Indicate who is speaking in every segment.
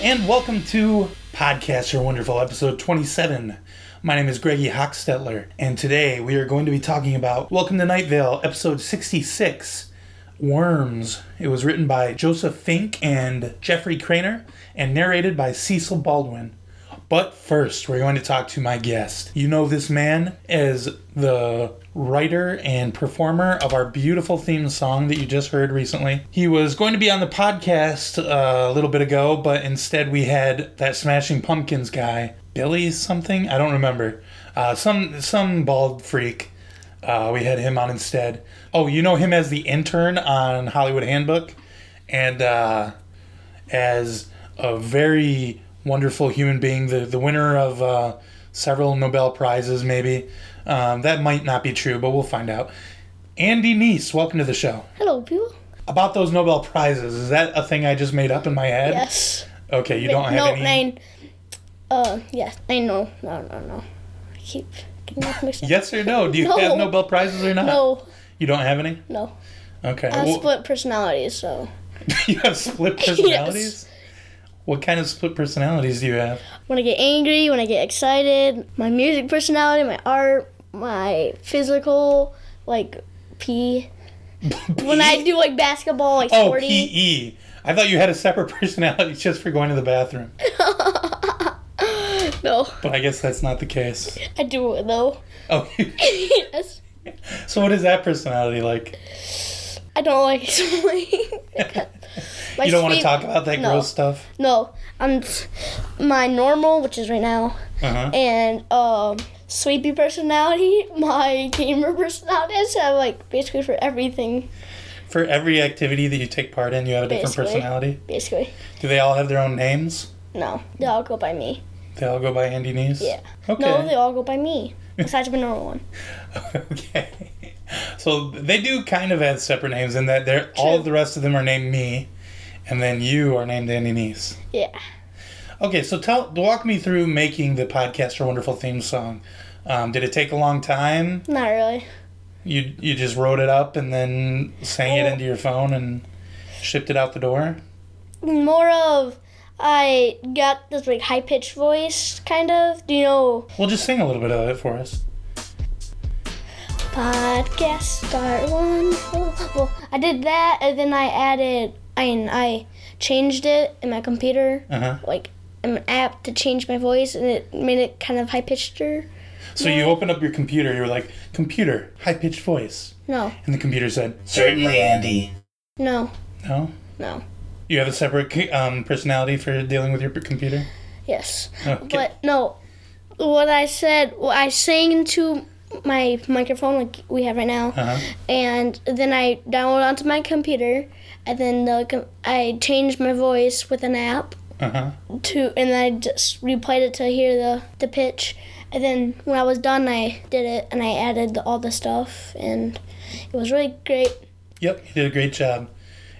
Speaker 1: and welcome to Podcast Your Wonderful, episode 27. My name is Greggy Hochstetler, and today we are going to be talking about Welcome to Night Vale, episode 66, Worms. It was written by Joseph Fink and Jeffrey Craner, and narrated by Cecil Baldwin. But first, we're going to talk to my guest. You know this man as the writer and performer of our beautiful theme song that you just heard recently. He was going to be on the podcast uh, a little bit ago, but instead we had that Smashing Pumpkins guy, Billy something. I don't remember. Uh, some some bald freak. Uh, we had him on instead. Oh, you know him as the intern on Hollywood Handbook, and. Uh, as a very wonderful human being, the, the winner of uh, several Nobel Prizes, maybe. Um, that might not be true, but we'll find out. Andy Neese, welcome to the show.
Speaker 2: Hello, people.
Speaker 1: About those Nobel Prizes, is that a thing I just made up in my head?
Speaker 2: Yes.
Speaker 1: Okay, you don't have
Speaker 2: no,
Speaker 1: any.
Speaker 2: nine. Uh, yes. I know. No, no, no. I keep getting this mixed up.
Speaker 1: Yes or no? Do you
Speaker 2: No.
Speaker 1: have Nobel Prizes or not?
Speaker 2: No, Uh,
Speaker 1: You don't have any?
Speaker 2: no.
Speaker 1: Okay.
Speaker 2: I have
Speaker 1: well,
Speaker 2: split personalities, so
Speaker 1: you have split personalities? What kind of split personalities do you have?
Speaker 2: when I get angry, when I get excited, my music personality, my art, my physical, like pee. When I do like basketball, like
Speaker 1: Oh,
Speaker 2: sporty.
Speaker 1: PE. I thought you had a separate personality just for going to the bathroom,
Speaker 2: No,
Speaker 1: but I guess that's not the case.
Speaker 2: I do it though.
Speaker 1: Oh,
Speaker 2: yes.
Speaker 1: so what is that personality like?
Speaker 2: I don't like explaining. My
Speaker 1: you don't want to
Speaker 2: speed-
Speaker 1: talk about that
Speaker 2: no.
Speaker 1: gross stuff?
Speaker 2: No, I'm my normal, which is right now,
Speaker 1: Uh-huh.
Speaker 2: and um, sleepy personality. My gamer personality. So I'm like basically for everything,
Speaker 1: For every activity that you take part in, you have a different
Speaker 2: Basically.
Speaker 1: personality?
Speaker 2: basically.
Speaker 1: Do they all have their own names?
Speaker 2: No, they all go by me.
Speaker 1: They all go by Andy Neese?
Speaker 2: Yeah.
Speaker 1: Okay.
Speaker 2: No, they all go by me. Besides my normal one.
Speaker 1: okay. So they do kind of have separate names in that they're all
Speaker 2: True.
Speaker 1: the rest of them are named me, and then you are named Andy Neese.
Speaker 2: Yeah.
Speaker 1: Okay, so tell walk me through making the podcast or wonderful theme song. Um, did it take a long time?
Speaker 2: Not really.
Speaker 1: You you just wrote it up and then sang it
Speaker 2: Oh.
Speaker 1: into your phone and shipped it out the door.
Speaker 2: More of I got this like high pitched voice, kind of. Do you know?
Speaker 1: Well, just sing a little bit of it for us.
Speaker 2: podcast start one. Well, I did that, and then I added, I mean, I changed it in my computer,
Speaker 1: Uh huh.
Speaker 2: like an app to change my voice, and it made it kind of high pitched.
Speaker 1: So you open up your computer. You were like, computer, high pitched voice,
Speaker 2: No,
Speaker 1: and the computer said, certainly, Andy.
Speaker 2: no,
Speaker 1: No.
Speaker 2: no.
Speaker 1: You have a separate c- um, personality for dealing with your p- computer. Oh,
Speaker 2: Yes,
Speaker 1: Okay.
Speaker 2: but no. What I said, what I sang into my microphone, like we have right now,
Speaker 1: Uh huh.
Speaker 2: and then I downloaded onto my computer, and then the, com- I changed my voice with an app.
Speaker 1: Uh huh.
Speaker 2: to and I just replayed it to hear the the pitch. And then when I was done, I did it and I added the, all the stuff and it was really great.
Speaker 1: Yep. You did a great job.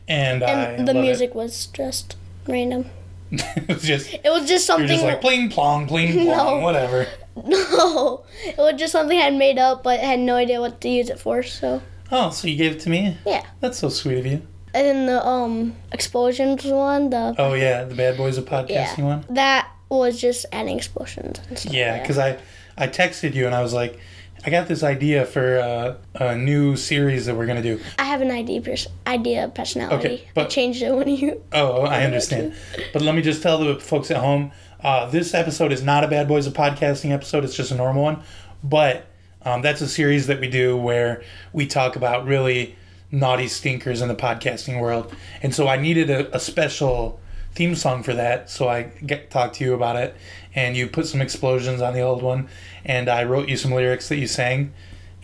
Speaker 1: And, I
Speaker 2: And the
Speaker 1: love
Speaker 2: music was just random.
Speaker 1: It. it was just
Speaker 2: It was just
Speaker 1: you're
Speaker 2: something.
Speaker 1: just like pling plong, pling plong,
Speaker 2: No.
Speaker 1: whatever.
Speaker 2: no, it was just something I'd made up, but I had no idea what to use it for. So
Speaker 1: Oh, so you gave it to me?
Speaker 2: yeah.
Speaker 1: That's so sweet of you.
Speaker 2: And then the um explosions one, the
Speaker 1: Oh yeah, the Bad Boys of Podcasting
Speaker 2: yeah,
Speaker 1: one.
Speaker 2: that was just adding explosions. And stuff
Speaker 1: Yeah,
Speaker 2: like
Speaker 1: because I I texted you and I was like, I got this idea for uh, a new series that we're gonna do.
Speaker 2: that. I have an idea pers- idea personality. I
Speaker 1: but-
Speaker 2: changed it when you
Speaker 1: Oh, I understand. But let me just tell the folks at home, uh, this episode is not a Bad Boys of Podcasting episode. It's just a normal one. But um, that's a series that we do where we talk about really naughty stinkers in the podcasting world. And so I needed a, a special theme song for that. So I get, talked to you about it, and you put some explosions on the old one, and I wrote you some lyrics that you sang,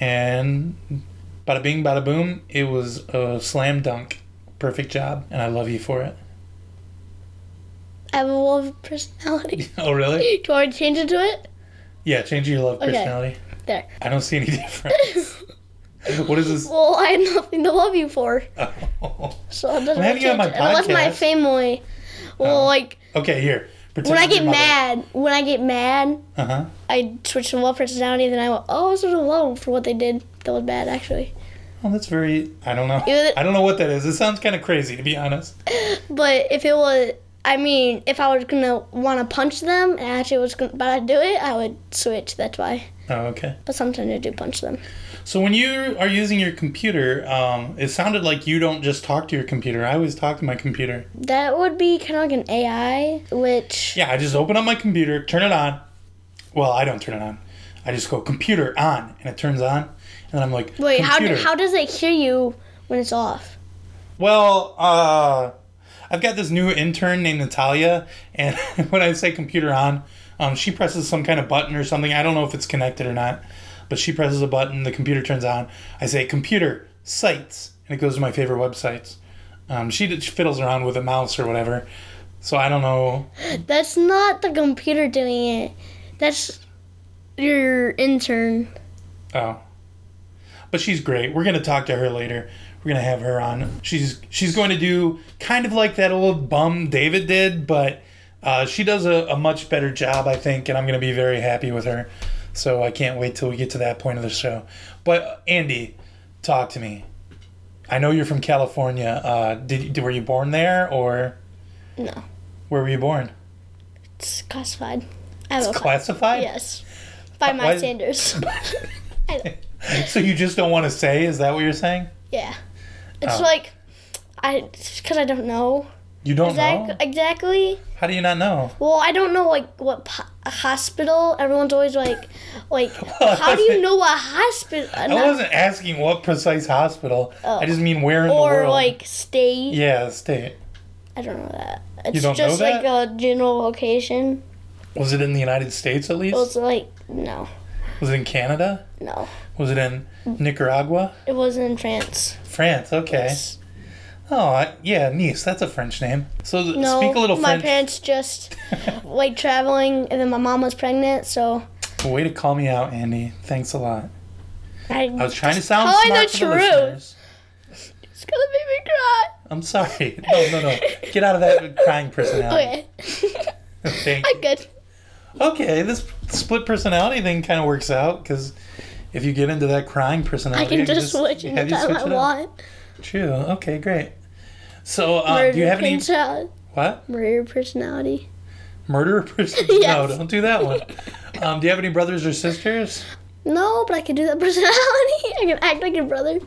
Speaker 1: and bada bing, bada boom, it was a slam dunk. Perfect job, and I love you for it.
Speaker 2: I have a love personality.
Speaker 1: Oh, really?
Speaker 2: Do you want me to change it to it?
Speaker 1: Yeah, change your love
Speaker 2: Okay.
Speaker 1: personality.
Speaker 2: There.
Speaker 1: I don't see any difference. what is this?
Speaker 2: Well, I have nothing to love you for,
Speaker 1: Oh.
Speaker 2: so it doesn't
Speaker 1: I'm having you on
Speaker 2: change
Speaker 1: my
Speaker 2: it. Unless my
Speaker 1: podcast.
Speaker 2: family, well,
Speaker 1: Oh.
Speaker 2: like
Speaker 1: Okay, here. Pretend
Speaker 2: when I
Speaker 1: you're
Speaker 2: get
Speaker 1: your mother.
Speaker 2: mad, when I get mad,
Speaker 1: Uh-huh.
Speaker 2: I switch to love personality. Then I went, oh, I was sort of love for what they did. That was bad, actually.
Speaker 1: Oh, that's very. I don't know.
Speaker 2: It was-
Speaker 1: I don't know what that is. It sounds kind of crazy, to be honest.
Speaker 2: But if it was, I mean, if I was gonna want to punch them, and I actually was gonna, about to do it, I would switch. That's why.
Speaker 1: Oh, okay.
Speaker 2: But sometimes I do punch them.
Speaker 1: So when you are using your computer, um, it sounded like you don't just talk to your computer. I always talk to my computer.
Speaker 2: That would be kind of like an AI, which
Speaker 1: Yeah, I just open up my computer, turn it on. Well, I don't turn it on. I just go computer on, and it turns on, and then I'm like,
Speaker 2: wait, how do,
Speaker 1: computer.
Speaker 2: how does it hear you when it's off?
Speaker 1: Well, uh, I've got this new intern named Natalia, and when I say computer on, um, she presses some kind of button or something. I don't know if it's connected or not, but she presses a button, the computer turns on. I say computer sites, and it goes to my favorite websites. Um, she d- fiddles around with a mouse or whatever, so I don't know.
Speaker 2: That's not the computer doing it. That's your intern.
Speaker 1: Oh, but she's great. We're gonna talk to her later. We're gonna have her on. She's she's going to do kind of like that old bum David did, but uh, she does a, a much better job, I think, and I'm gonna be very happy with her. So I can't wait till we get to that point of the show. But uh, Andy, talk to me. I know you're from California. Uh, did, did were you born there or
Speaker 2: No,
Speaker 1: where were you born?
Speaker 2: it's classified. I have a cla-
Speaker 1: Classified.
Speaker 2: yes, by my
Speaker 1: Why-
Speaker 2: standards. I don't-
Speaker 1: So you just don't want to say? Is that what you're saying?
Speaker 2: yeah, it's
Speaker 1: Oh.
Speaker 2: like I because I don't know
Speaker 1: You don't
Speaker 2: exact,
Speaker 1: know?
Speaker 2: exactly.
Speaker 1: How do you not know?
Speaker 2: Well, I don't know like what po- hospital. Everyone's always like, like how do you know what hospital?
Speaker 1: I wasn't asking what precise hospital. I just mean where in the
Speaker 2: or
Speaker 1: world.
Speaker 2: like state.
Speaker 1: yeah, state.
Speaker 2: I don't know that. It's
Speaker 1: don't know
Speaker 2: just
Speaker 1: that?
Speaker 2: like a general location.
Speaker 1: Was it in the United States at least?
Speaker 2: It was like no,
Speaker 1: Was it in Canada?
Speaker 2: no.
Speaker 1: Was it in Nicaragua?
Speaker 2: It was in France.
Speaker 1: France. Okay.
Speaker 2: Yes.
Speaker 1: Oh, I, yeah, Nice. That's a French name. So th-
Speaker 2: No,
Speaker 1: speak a little
Speaker 2: my
Speaker 1: French.
Speaker 2: parents just like traveling, and then my mom was pregnant, so
Speaker 1: Way to call me out, Andy. Thanks a lot.
Speaker 2: I,
Speaker 1: I was trying to sound
Speaker 2: Telling
Speaker 1: smart
Speaker 2: the
Speaker 1: for the
Speaker 2: truth.
Speaker 1: listeners.
Speaker 2: it's gonna make me cry.
Speaker 1: I'm sorry. No, no, no. Get out of that crying personality.
Speaker 2: Okay,
Speaker 1: Thank
Speaker 2: I'm good.
Speaker 1: Okay, this split personality thing kind of works out because if you get into that crying personality,
Speaker 2: I can just switch
Speaker 1: have you
Speaker 2: anytime
Speaker 1: switch
Speaker 2: I
Speaker 1: it up.
Speaker 2: want.
Speaker 1: True. Okay, great. So, uh,
Speaker 2: Murder
Speaker 1: do you have any
Speaker 2: Personality.
Speaker 1: what
Speaker 2: Murder personality.
Speaker 1: murderer person?
Speaker 2: Yes.
Speaker 1: No, don't do that one. Um, do you have any brothers or sisters?
Speaker 2: No, but I can do that personality. I can act like your brother.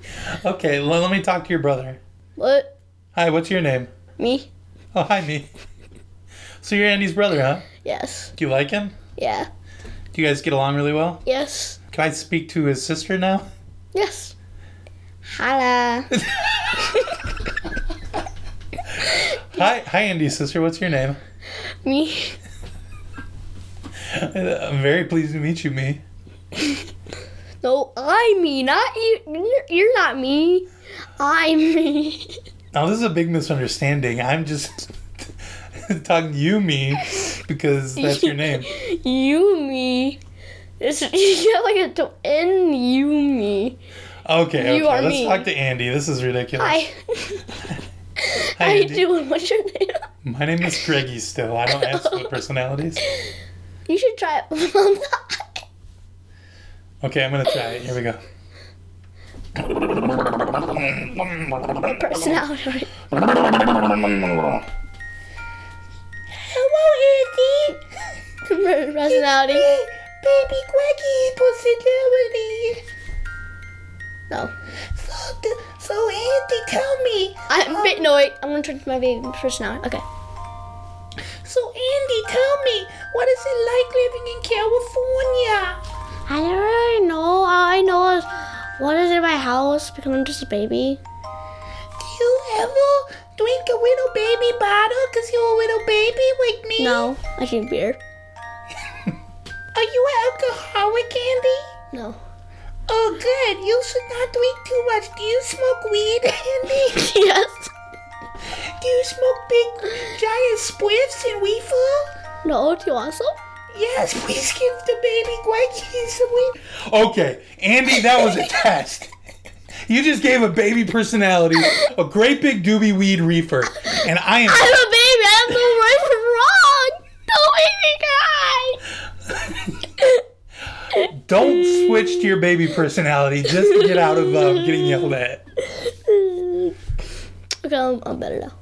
Speaker 1: Okay, l- let me talk to your brother.
Speaker 2: What?
Speaker 1: Hi, what's your name?
Speaker 2: Me?
Speaker 1: Oh, hi, me. So you're Andy's brother, huh?
Speaker 2: Yes.
Speaker 1: Do you like him?
Speaker 2: Yeah.
Speaker 1: Do you guys get along really well?
Speaker 2: Yes.
Speaker 1: Can I speak to his sister now?
Speaker 2: Yes. Holla.
Speaker 1: Hi, hi, Andy's sister. What's your name?
Speaker 2: Me?
Speaker 1: I'm very pleased to meet you, me.
Speaker 2: No, I'm me. Not you. You're- You're not me. I'm me.
Speaker 1: Now this is a big misunderstanding. I'm just talking to you, me, because that's your name.
Speaker 2: You me. This you have like a twin. You me.
Speaker 1: Okay,
Speaker 2: You
Speaker 1: okay.
Speaker 2: are
Speaker 1: Let's
Speaker 2: me.
Speaker 1: talk to Andy. This is ridiculous.
Speaker 2: I.
Speaker 1: Hi,
Speaker 2: How you
Speaker 1: Andy.
Speaker 2: doing? What's your name?
Speaker 1: My name is Greggy still. I don't ask what personalities.
Speaker 2: You should try it.
Speaker 1: Okay, I'm gonna try it. Here we go.
Speaker 2: personality.
Speaker 3: Hello, Andy.
Speaker 2: personality.
Speaker 3: Baby Quacky personality.
Speaker 2: No.
Speaker 3: So, th- so Andy, tell me.
Speaker 2: I'm a bit annoyed. I'm gonna turn to my baby personality. Okay.
Speaker 3: So Andy, tell me, what is it like living in California?
Speaker 2: I don't really know. All I know is what is in my house because I'm just a baby.
Speaker 3: Do you ever drink a little baby bottle because you're a little baby like me?
Speaker 2: No, I drink beer.
Speaker 3: Are you an alcoholic, Andy?
Speaker 2: No.
Speaker 3: Oh, good. You should not drink too much. Do you smoke weed, Andy?
Speaker 2: yes.
Speaker 3: Do you smoke big, giant spliffs and reefer?
Speaker 2: No. Do you want some?
Speaker 3: Yes, please give the baby Gweggy some weed.
Speaker 1: Okay, Andy, that was a test. You just gave a baby personality a great big doobie weed reefer, and I am.
Speaker 2: I'm a baby. I have no right from wrong. Don't make me cry.
Speaker 1: Don't switch to your baby personality just to get out of uh, getting yelled at.
Speaker 2: Okay, I'm, I'm better now.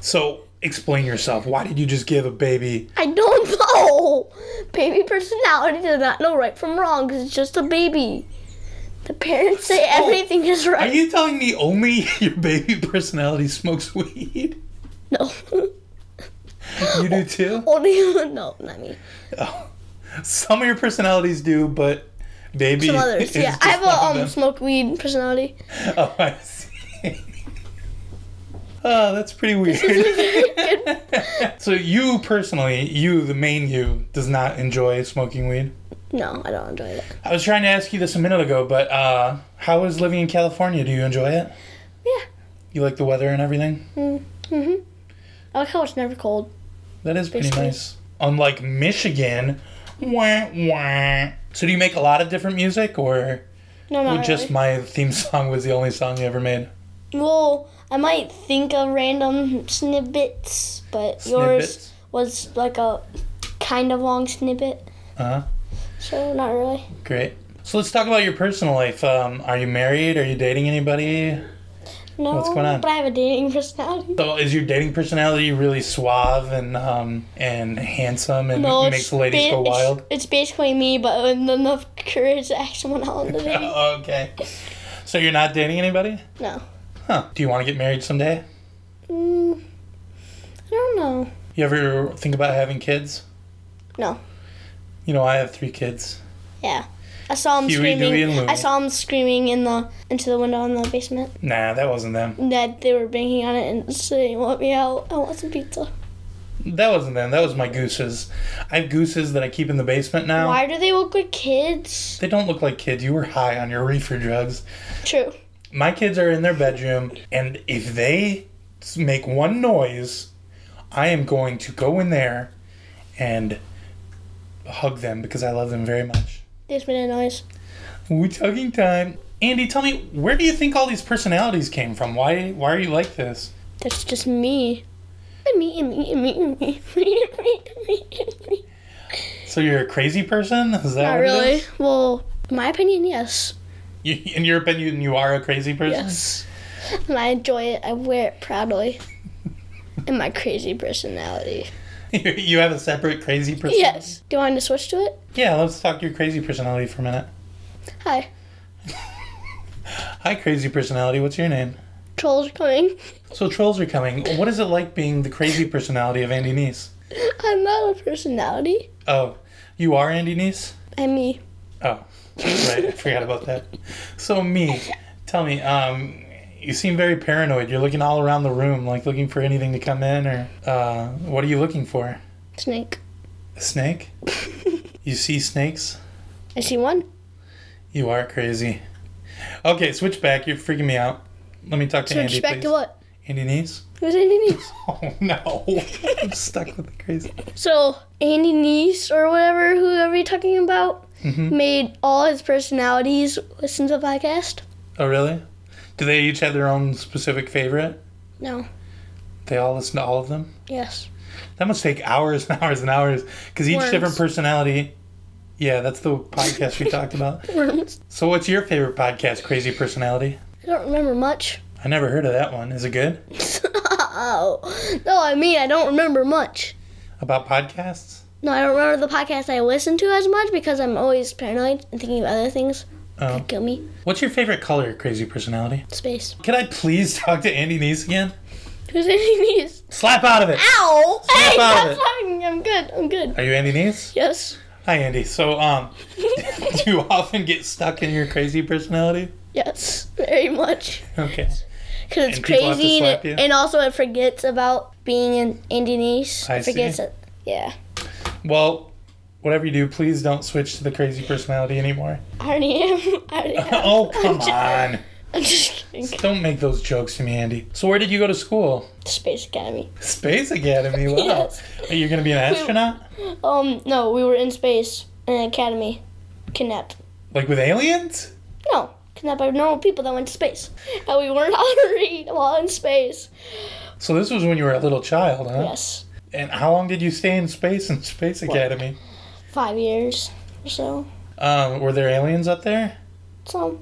Speaker 1: So explain yourself. Why did you just give a baby?
Speaker 2: I don't know. Baby personality does not know right from wrong because it's just a baby. The parents say
Speaker 1: Oh.
Speaker 2: everything is
Speaker 1: Are
Speaker 2: right.
Speaker 1: you telling me only your baby personality smokes weed?
Speaker 2: no,
Speaker 1: You do too.
Speaker 2: only no, not me.
Speaker 1: Some of your personalities do, but baby.
Speaker 2: Some others.
Speaker 1: is
Speaker 2: Yeah,
Speaker 1: just
Speaker 2: I have
Speaker 1: one of
Speaker 2: a um
Speaker 1: them.
Speaker 2: smoke weed personality.
Speaker 1: Oh, I see. oh, that's pretty weird. so you personally, you the main you, does not enjoy smoking weed.
Speaker 2: No, I don't enjoy it.
Speaker 1: I was trying to ask you this a minute ago, but uh, how is living in California? Do you enjoy it?
Speaker 2: Yeah.
Speaker 1: You like the weather and everything?
Speaker 2: Mm-hmm. I like how it's never cold.
Speaker 1: That is pretty
Speaker 2: Basically.
Speaker 1: nice. Unlike Michigan. Wah, wah. So do you make a lot of different music, or
Speaker 2: No, not really.
Speaker 1: just my theme song was the only song you ever made?
Speaker 2: Well, I might think of random snippets, but
Speaker 1: Snippets?
Speaker 2: yours was like a kind of long snippet,
Speaker 1: Uh huh.
Speaker 2: so not really.
Speaker 1: Great. So let's talk about your personal life. Um, are you married? Are you dating anybody?
Speaker 2: No,
Speaker 1: What's going on?
Speaker 2: but I have a dating personality.
Speaker 1: So is your dating personality really suave and um, and handsome and
Speaker 2: No,
Speaker 1: makes
Speaker 2: it's,
Speaker 1: the ladies
Speaker 2: ba-
Speaker 1: go
Speaker 2: it's-
Speaker 1: wild?
Speaker 2: It's, basically me, but with enough courage to ask someone out on the date.
Speaker 1: Oh, okay. So you're not dating anybody?
Speaker 2: No,
Speaker 1: Huh. Do you want to get married someday?
Speaker 2: mm, I don't know.
Speaker 1: You ever think about having kids?
Speaker 2: No,
Speaker 1: You know, I have three kids.
Speaker 2: yeah, I saw him
Speaker 1: Huey, Dewey, and
Speaker 2: screaming.
Speaker 1: Louie.
Speaker 2: I saw him screaming in the into the window in the basement.
Speaker 1: Nah, that wasn't them.
Speaker 2: That they were banging on it and saying, "Want me out? I want some pizza."
Speaker 1: That wasn't them. That was my gooses. I have gooses that I keep in the basement now.
Speaker 2: Why do they look like kids?
Speaker 1: They don't look like kids. You were high on your reefer drugs.
Speaker 2: True.
Speaker 1: my kids are in their bedroom and if they s- make one noise i am going to go in there and hug them because i love them very much
Speaker 2: They just made a noise.
Speaker 1: Woots hugging time andy tell me where do you think all these personalities came from why why are you like this
Speaker 2: That's just me. And me, and me, and me, and me, and me, and me, and me, and me.
Speaker 1: so you're a crazy person is that
Speaker 2: Not
Speaker 1: what it
Speaker 2: really.
Speaker 1: is?
Speaker 2: Well, in my opinion, yes.
Speaker 1: You, in your opinion you are a crazy person
Speaker 2: Yes. And I enjoy it. I wear it proudly. and my crazy personality.
Speaker 1: you you have a separate crazy person
Speaker 2: Yes. Do you want to switch to it?
Speaker 1: yeah let's talk your crazy personality for a minute
Speaker 2: Hi.
Speaker 1: hi crazy personality what's your name
Speaker 2: Trolls are coming.
Speaker 1: So trolls are coming. What is it like being the crazy personality of Andy Neese?
Speaker 2: I'm not a personality.
Speaker 1: Oh, you are Andy Neese?
Speaker 2: I'm me.
Speaker 1: Oh, right. I forgot about that. So me, tell me. Um, you seem very paranoid. You're looking all around the room, like looking for anything to come in, or uh, what are you looking for?
Speaker 2: Snake.
Speaker 1: A snake? You see snakes?
Speaker 2: I see one.
Speaker 1: You are crazy. Okay, switch back. You're freaking me out. Let me talk to
Speaker 2: Switch
Speaker 1: Andy,
Speaker 2: back
Speaker 1: please.
Speaker 2: to what?
Speaker 1: Andy Neese?
Speaker 2: Who's Andy Neese?
Speaker 1: Oh no, I'm stuck with the crazy.
Speaker 2: So Andy Neese or whatever, whoever you're talking about,
Speaker 1: Mm-hmm.
Speaker 2: made all his personalities listen to the podcast.
Speaker 1: Oh, really? Do they each have their own specific favorite?
Speaker 2: No.
Speaker 1: They all listen to all of them?
Speaker 2: Yes.
Speaker 1: That must take hours and hours and hours because each
Speaker 2: Worms.
Speaker 1: different personality. Yeah, that's the podcast we talked about.
Speaker 2: Worms.
Speaker 1: So, what's your favorite podcast, Crazy Personality?
Speaker 2: I don't remember much.
Speaker 1: I never heard of that one. Is it good?
Speaker 2: oh. No, I mean I don't remember much.
Speaker 1: About podcasts?
Speaker 2: No, I don't remember the podcast I listen to as much because I'm always paranoid and thinking of other things.
Speaker 1: Oh.
Speaker 2: Could kill me.
Speaker 1: What's your favorite color, Crazy Personality?
Speaker 2: Space.
Speaker 1: Can I please talk to Andy Neese again?
Speaker 2: Who's Andy Neese?
Speaker 1: Slap out of it!
Speaker 2: Ow! hey,
Speaker 1: out
Speaker 2: stop
Speaker 1: of it.
Speaker 2: talking. I'm good. I'm good.
Speaker 1: Are you Andy Neese?
Speaker 2: Yes.
Speaker 1: Hi, Andy. So, um, do you often get stuck in your crazy personality?
Speaker 2: Yes. Very much.
Speaker 1: Okay.
Speaker 2: Because it's
Speaker 1: And people have to
Speaker 2: crazy, and,
Speaker 1: slap
Speaker 2: it-
Speaker 1: you?
Speaker 2: and also it forgets about being in Indonesian.
Speaker 1: I
Speaker 2: it forgets
Speaker 1: see.
Speaker 2: it. Yeah,
Speaker 1: Well, whatever you do, please don't switch to the crazy personality anymore.
Speaker 2: I already am. I already am.
Speaker 1: Oh,
Speaker 2: I'm
Speaker 1: come
Speaker 2: just-
Speaker 1: on.
Speaker 2: I'm just kidding.
Speaker 1: Don't make those jokes to me, Andy. So, where did you go to school?
Speaker 2: Space Academy.
Speaker 1: Space Academy. Wow.
Speaker 2: Yes.
Speaker 1: Are you going to be an astronaut?
Speaker 2: Um, no, we were in space in an academy, kidnapped.
Speaker 1: Like with aliens?
Speaker 2: No, kidnapped by normal people that went to space, and we weren't honoring while in space.
Speaker 1: So, this was when you were a little child, huh?
Speaker 2: Yes,
Speaker 1: And how long did you stay in space in Space Academy?
Speaker 2: five years or so.
Speaker 1: Um, were there aliens up there?
Speaker 2: So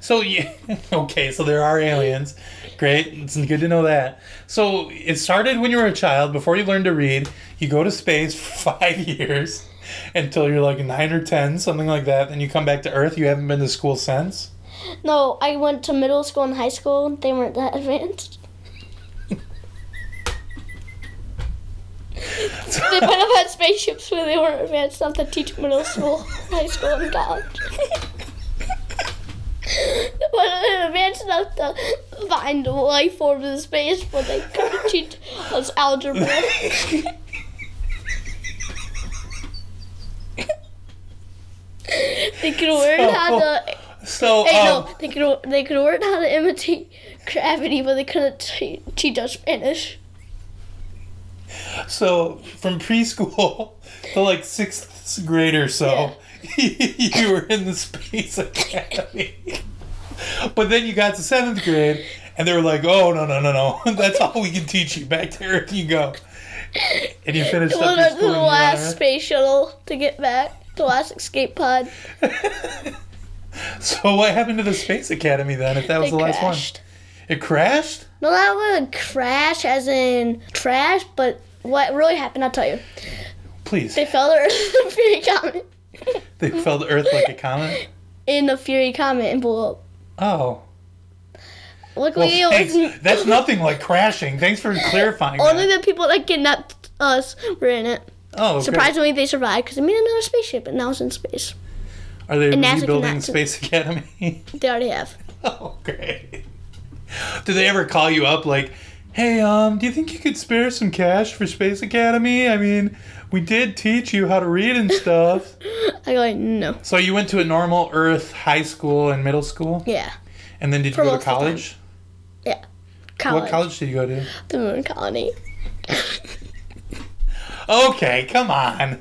Speaker 1: So you okay? So there are aliens. Great. It's good to know that. So it started when you were a child. Before you learned to read, you go to space for five years until you're like nine or ten, something like that. Then you come back to Earth. You haven't been to school since.
Speaker 2: No, I went to middle school and high school. They weren't that advanced. they went up on spaceships where they weren't advanced enough to teach middle school, high school, and college. they weren't advanced enough to find life forms in space, but they couldn't teach us algebra. they could learn how to
Speaker 1: So
Speaker 2: Hey,
Speaker 1: um,
Speaker 2: no, they could they could learn how to imitate gravity, but they couldn't te- teach us Spanish.
Speaker 1: so from preschool to like sixth grade or so, you were in the space academy. but then you got to seventh grade, and they were like, "Oh no no no no, that's all we can teach you. Back to Earth you go." And you finished
Speaker 2: It
Speaker 1: up your
Speaker 2: was the
Speaker 1: school. year on
Speaker 2: last
Speaker 1: Earth.
Speaker 2: space shuttle to get back, the last escape pod.
Speaker 1: So what happened to the space academy then? If that was
Speaker 2: It
Speaker 1: the last one,
Speaker 2: crashed.
Speaker 1: it crashed.
Speaker 2: No, that wasn't crash, as in trash. But what really happened, I'll tell you.
Speaker 1: Please,
Speaker 2: They fell to Earth in a Fury Comet,
Speaker 1: they fell to Earth like a comet.
Speaker 2: in the Fury Comet, and blew up.
Speaker 1: Oh. Well,
Speaker 2: Luckily,
Speaker 1: thanks.
Speaker 2: it was
Speaker 1: That's nothing like crashing. Thanks for clarifying.
Speaker 2: only
Speaker 1: that.
Speaker 2: the people that kidnapped us were in it.
Speaker 1: Oh, okay.
Speaker 2: Surprisingly, they survived because they made another spaceship, and now it's in space.
Speaker 1: Are they
Speaker 2: NASA
Speaker 1: rebuilding
Speaker 2: cannot-
Speaker 1: Space Academy?
Speaker 2: They already have.
Speaker 1: oh, great. Do they ever call you up like, hey, um, do you think you could spare some cash for Space Academy? I mean, we did teach you how to read and stuff.
Speaker 2: I go, like, no.
Speaker 1: so you went to a normal Earth high school and middle school?
Speaker 2: Yeah.
Speaker 1: And then did you
Speaker 2: For
Speaker 1: go to
Speaker 2: most of the
Speaker 1: college?
Speaker 2: Yeah. College.
Speaker 1: What college did you go to?
Speaker 2: The moon colony.
Speaker 1: Okay, come on.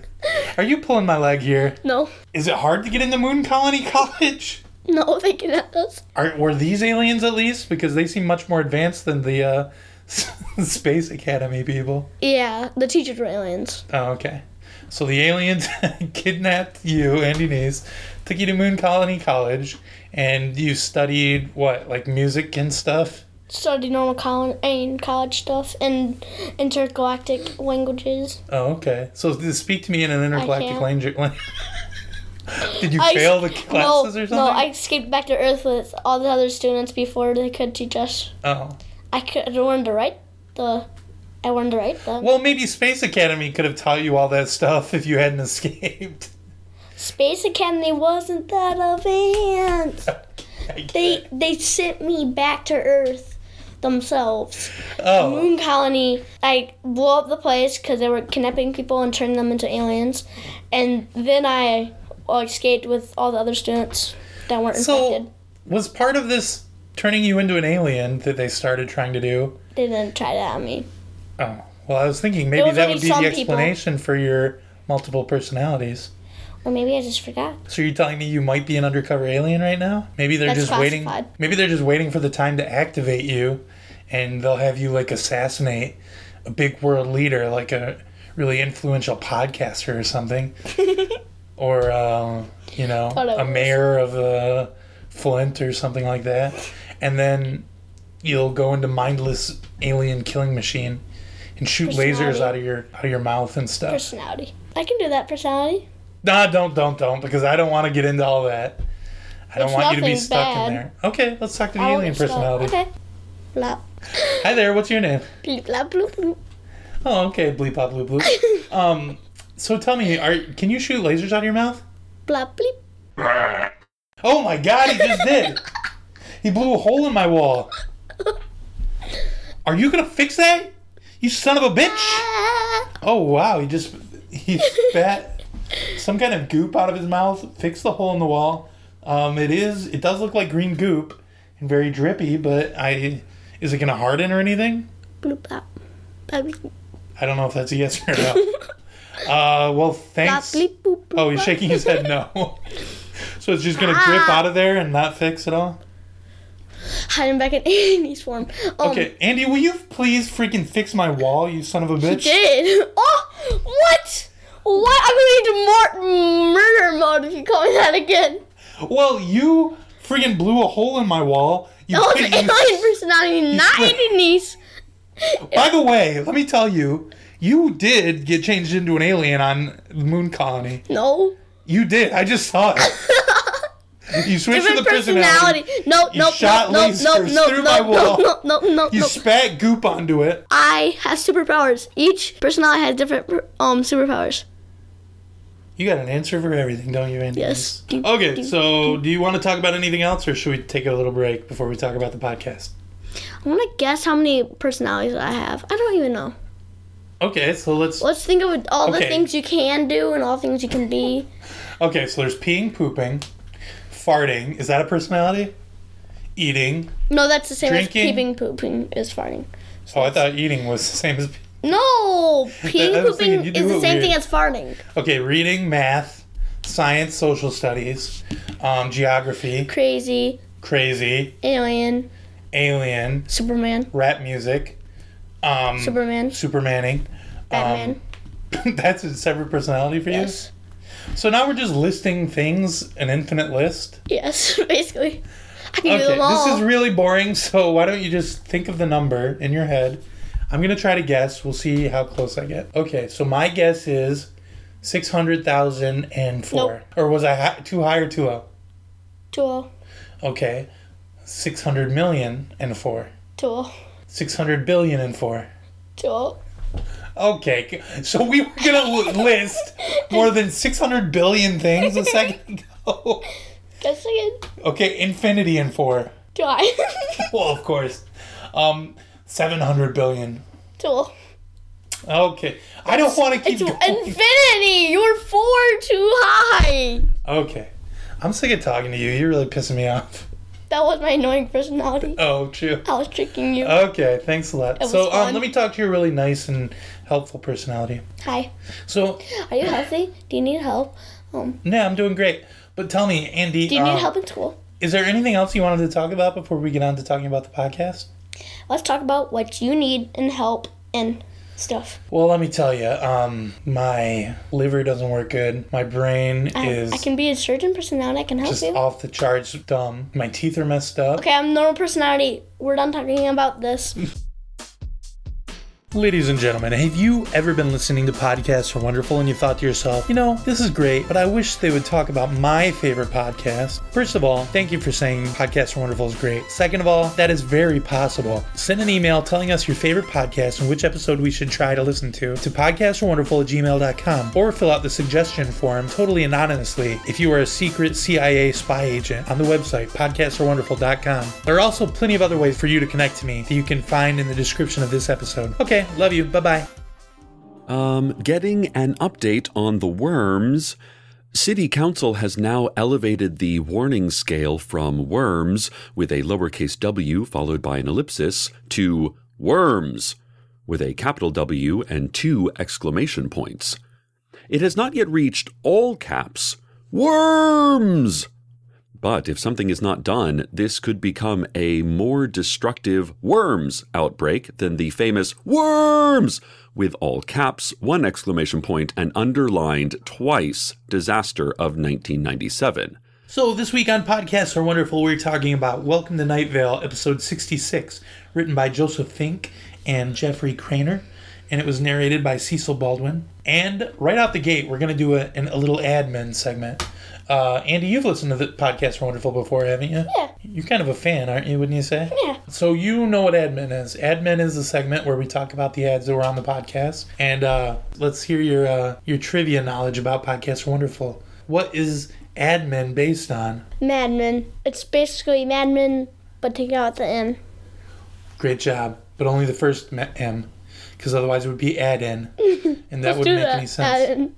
Speaker 1: Are you pulling my leg here?
Speaker 2: No.
Speaker 1: Is it hard to get into Moon Colony College?
Speaker 2: No, they can have us.
Speaker 1: Are, were these aliens at least? Because they seem much more advanced than the uh, Space Academy people.
Speaker 2: Yeah, the teachers were aliens.
Speaker 1: Oh, okay. So the aliens kidnapped you, Andy Nees, took you to Moon Colony College, and you studied what, like music and stuff?
Speaker 2: Studied normal colon and college stuff and intergalactic languages.
Speaker 1: Oh, okay. So th- speak to me in an intergalactic
Speaker 2: can't.
Speaker 1: language. Lang- Did you
Speaker 2: I-
Speaker 1: fail the
Speaker 2: No,
Speaker 1: classes or something?
Speaker 2: no, I escaped back to Earth with all the other students before they could teach us.
Speaker 1: Oh.
Speaker 2: I could I learned to write the. I learned to write them.
Speaker 1: Well, maybe Space Academy could have taught you all that stuff if you hadn't escaped.
Speaker 2: Space Academy wasn't that advanced. They they sent me back to Earth themselves.
Speaker 1: oh.
Speaker 2: moon colony i blew up the place because they were kidnapping people and turning them into aliens and then i well, escaped with all the other students that weren't infected
Speaker 1: So, was part of this turning you into an alien that they started trying to do?
Speaker 2: they didn't try that on me
Speaker 1: Oh, well, I was thinking maybe
Speaker 2: was
Speaker 1: that
Speaker 2: only
Speaker 1: would be
Speaker 2: some
Speaker 1: the
Speaker 2: people.
Speaker 1: explanation for your multiple personalities.
Speaker 2: or maybe i just forgot
Speaker 1: So you're telling me you might be an undercover alien right now? Maybe they're
Speaker 2: That's
Speaker 1: just waiting.
Speaker 2: classified.
Speaker 1: Maybe they're just waiting for the time to activate you, and they'll have you like assassinate a big world leader, like a really influential podcaster or something, or um, you know,
Speaker 2: Thought it
Speaker 1: a
Speaker 2: was.
Speaker 1: mayor of uh, Flint or something like that, and then you'll go into mindless alien killing machine and shoot lasers
Speaker 2: Personality.
Speaker 1: out of your out of your mouth and stuff.
Speaker 2: personality i can do that personality
Speaker 1: Nah, don't, don't, don't, because I don't want to get into all that. I don't
Speaker 2: It's
Speaker 1: want you to be
Speaker 2: nothing
Speaker 1: stuck
Speaker 2: bad.
Speaker 1: in there. Okay, let's talk to the
Speaker 2: I
Speaker 1: alien
Speaker 2: won't stop.
Speaker 1: personality.
Speaker 2: okay Blah,
Speaker 1: Hi there, what's your name?
Speaker 2: bleep, blah, bloop, bloop.
Speaker 1: Oh, okay, bleep pop bloop bloop. um, so tell me, are can you shoot lasers out of your mouth?
Speaker 2: blah, bleep.
Speaker 1: Oh my god, he just did. He blew a hole in my wall. Are you gonna fix that? You son of a bitch!
Speaker 2: Ah.
Speaker 1: Oh wow, he just he spat some kind of goop out of his mouth, fixed the hole in the wall. Um, it is it does look like green goop and very drippy, but I is it gonna harden or anything?
Speaker 2: Bloop, blah, blah, bleep,
Speaker 1: I don't know if that's a yes or no. uh, well,
Speaker 2: blah,
Speaker 1: thanks.
Speaker 2: bleep, boop, bloop,
Speaker 1: Oh, he's
Speaker 2: blah.
Speaker 1: shaking his head no. so it's just gonna drip
Speaker 2: Ah.
Speaker 1: out of there and not fix at all.
Speaker 2: Hiding back in Annie's form. Um,
Speaker 1: Okay, Andy, will you please freaking fix my wall, you son of a bitch?
Speaker 2: did. Oh, what? What? I'm going to mor- murder mode if you call me that again.
Speaker 1: Well, you friggin' blew a hole in my wall. You
Speaker 2: Oh, it's
Speaker 1: couldn't
Speaker 2: alien
Speaker 1: use-
Speaker 2: personality, not Denise.
Speaker 1: By the way, let me tell you, you did get changed into an alien on the moon colony.
Speaker 2: No.
Speaker 1: You did. I just saw it. you switched to the
Speaker 2: Different
Speaker 1: personality.
Speaker 2: personality. No,
Speaker 1: You
Speaker 2: no,
Speaker 1: shot
Speaker 2: no, no, no,
Speaker 1: lasers
Speaker 2: no,
Speaker 1: through my wall.
Speaker 2: no, no, no, no,
Speaker 1: You
Speaker 2: no.
Speaker 1: spat goop onto it.
Speaker 2: I have superpowers. Each personality has different um superpowers.
Speaker 1: You got an answer for everything, don't you, Andy?
Speaker 2: Yes.
Speaker 1: Okay, so do you want to talk about anything else, or should we take a little break before we talk about the podcast?
Speaker 2: I want to guess how many personalities I have. I don't even know.
Speaker 1: Okay, so let's.
Speaker 2: Let's think of all the
Speaker 1: Okay.
Speaker 2: things you can do and all things you can be.
Speaker 1: Okay, so there's peeing, pooping, farting. Is that a personality? Eating.
Speaker 2: No, that's the same
Speaker 1: Drinking.
Speaker 2: as peeping, pooping is farting.
Speaker 1: Oh, I thought eating was the same as. Pe-
Speaker 2: No,
Speaker 1: I
Speaker 2: peeing,
Speaker 1: was thinking
Speaker 2: pooping
Speaker 1: you do
Speaker 2: is the
Speaker 1: it
Speaker 2: same thing
Speaker 1: weird.
Speaker 2: as farting.
Speaker 1: Okay, reading, math, science, social studies, um, geography,
Speaker 2: Crazy,
Speaker 1: crazy,
Speaker 2: alien,
Speaker 1: alien,
Speaker 2: Superman,
Speaker 1: rap music, um,
Speaker 2: Superman,
Speaker 1: Supermaning.
Speaker 2: Batman.
Speaker 1: That's a separate personality for
Speaker 2: yes.
Speaker 1: you. So now we're just listing things, an infinite list.
Speaker 2: Yes, basically. I can do
Speaker 1: Okay,
Speaker 2: them all.
Speaker 1: this is really boring. So why don't you just think of the number in your head? I'm gonna try to guess. We'll see how close I get. Okay, so my guess is six hundred thousand and four. Or was I hi- too high or too low?
Speaker 2: Tool.
Speaker 1: Okay, six hundred million and four.
Speaker 2: Tool.
Speaker 1: Six hundred billion and four.
Speaker 2: Tool.
Speaker 1: Okay, c- so we were gonna l- list more than six hundred billion things a second ago.
Speaker 2: Guess again.
Speaker 1: Okay, infinity and four.
Speaker 2: Try.
Speaker 1: Well, of course, um, seven hundred billion.
Speaker 2: Tool.
Speaker 1: Okay. I don't want to keep
Speaker 2: It's
Speaker 1: going.
Speaker 2: infinity. You were four too high.
Speaker 1: okay. I'm sick of talking to you. You're really pissing me off.
Speaker 2: That was my annoying personality.
Speaker 1: Oh, true.
Speaker 2: I was tricking you.
Speaker 1: Okay, thanks a lot.
Speaker 2: was
Speaker 1: So, um,
Speaker 2: fun.
Speaker 1: let me talk to your really nice and helpful personality.
Speaker 2: Hi.
Speaker 1: So,
Speaker 2: Are you healthy? Do you need help? Um,
Speaker 1: yeah, I'm doing great. But tell me, Andy,
Speaker 2: do you
Speaker 1: um,
Speaker 2: need help in school?
Speaker 1: is there anything else you wanted to talk about before we get on to talking about the podcast?
Speaker 2: Let's talk about what you need and help and stuff.
Speaker 1: Well, let me tell you, um, my liver doesn't work good. My brain
Speaker 2: I,
Speaker 1: is
Speaker 2: I can be a surgeon personality. I can help
Speaker 1: just
Speaker 2: you.
Speaker 1: off the charts dumb. My teeth are messed up.
Speaker 2: Okay, I'm normal personality. We're done talking about this.
Speaker 1: Ladies and gentlemen, have you ever been listening to podcasts from Wonderful and you thought to yourself, you know, this is great, but I wish they would talk about my favorite podcast? First of all, thank you for saying Podcasts from Wonderful is great. Second of all, that is very possible. Send an email telling us your favorite podcast and which episode we should try to listen to to podcastsfromwonderful at gmail.com or fill out the suggestion form totally anonymously if you are a secret CIA spy agent on the website podcastsarewonderful.com. There are also plenty of other ways for you to connect to me that you can find in the description of this episode. Okay, love you. Bye bye.
Speaker 4: Um, getting an update on the worms. City Council has now elevated the warning scale from worms with a lowercase w followed by an ellipsis to worms with a capital W and two exclamation points. It has not yet reached all caps worms. But if something is not done, this could become a more destructive worms outbreak than the famous worms with all caps, one exclamation point, and underlined twice disaster of 1997.
Speaker 1: So, this week on Podcasts Are Wonderful, we're talking about Welcome to Night Vale, episode 66, written by Joseph Fink and Jeffrey Craner, and it was narrated by Cecil Baldwin. And right out the gate, we're going to do a, an, a little admin segment. Uh, Andy, you've listened to the Podcasts Are Wonderful before, haven't you?
Speaker 2: Yeah.
Speaker 1: You're kind of a fan, aren't you, wouldn't you say?
Speaker 2: Yeah.
Speaker 1: So you know what admin is. Admin is the segment where we talk about the ads that were on the podcast. And uh, let's hear your uh, your trivia knowledge about podcasts. Are Wonderful. What is admin based on?
Speaker 2: Mad Men. It's basically Mad Men, but take out the N.
Speaker 1: Great job, but only the first ma- M, because otherwise it would be add in, and that
Speaker 2: Let's
Speaker 1: wouldn't make any sense.
Speaker 2: Adam.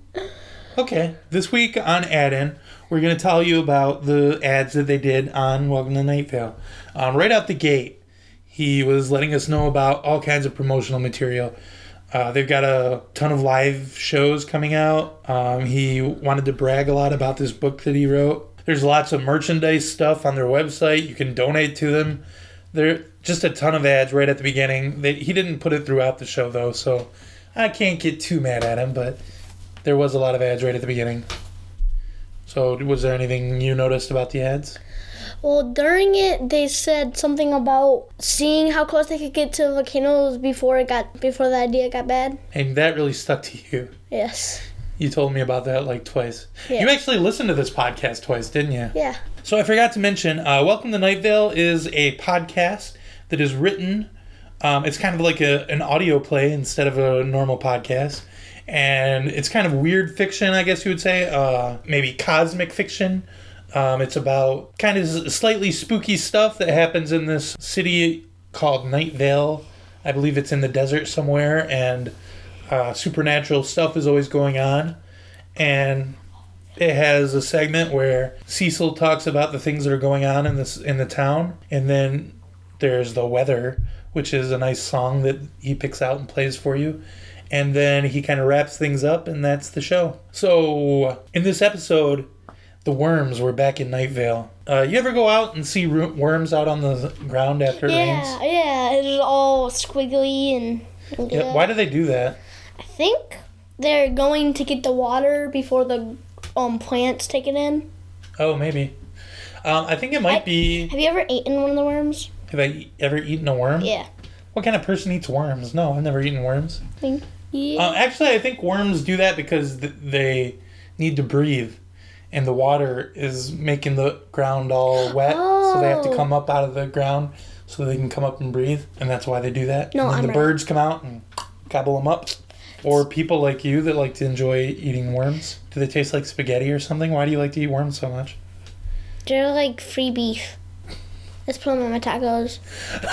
Speaker 1: Okay, this week on Add In, we're going to tell you about the ads that they did on Welcome to Night Vale. Um, right out the gate, he was letting us know about all kinds of promotional material. Uh, they've got a ton of live shows coming out. Um, he wanted to brag a lot about this book that he wrote. There's lots of merchandise stuff on their website. You can donate to them. There just a ton of ads right at the beginning. They, he didn't put it throughout the show though, so I can't get too mad at him. But there was a lot of ads right at the beginning. So, was there anything you noticed about the ads?
Speaker 2: Well, during it, they said something about seeing how close they could get to volcanoes before it got before the idea got bad.
Speaker 1: And that really stuck to you.
Speaker 2: Yes.
Speaker 1: You told me about that like twice.
Speaker 2: Yeah.
Speaker 1: You actually listened to this podcast twice, didn't you?
Speaker 2: Yeah.
Speaker 1: So I forgot to mention, uh, Welcome to Night Vale is a podcast that is written. Um, it's kind of like a, an audio play instead of a normal podcast. And it's kind of weird fiction, I guess you would say, uh, maybe cosmic fiction. Um, it's about kind of slightly spooky stuff that happens in this city called Night Vale. I believe it's in the desert somewhere, and uh, supernatural stuff is always going on. And it has a segment where Cecil talks about the things that are going on in this in the town, and then there's the weather, which is a nice song that he picks out and plays for you. And then he kind of wraps things up, and that's the show. So in this episode, the worms were back in Night Vale. Uh, you ever go out and see ro- worms out on the ground after it
Speaker 2: Yeah,
Speaker 1: rains?
Speaker 2: yeah. It's all squiggly and.
Speaker 1: Yeah. Why do they do that?
Speaker 2: I think they're going to get the water before the um plants take it in.
Speaker 1: Oh, maybe. Um, I think it might
Speaker 2: I-
Speaker 1: be.
Speaker 2: Have you ever eaten one of the worms?
Speaker 1: Have I e- ever eaten a worm?
Speaker 2: Yeah.
Speaker 1: What kind of person eats worms? No, I've never eaten worms.
Speaker 2: I think. Yeah.
Speaker 1: Uh, actually, I think worms do that because th- they need to breathe, and the water is making the ground all wet, so they have to
Speaker 2: Oh.
Speaker 1: come up out of the ground so they can come up and breathe, and that's why they do that.
Speaker 2: No,
Speaker 1: and then
Speaker 2: I'm
Speaker 1: the
Speaker 2: right.
Speaker 1: birds come out and gobble them up. Or people like you that like to enjoy eating worms. Do they taste like spaghetti or something? Why do you like to eat worms so much?
Speaker 2: They're like free beef. Let's put them on my tacos.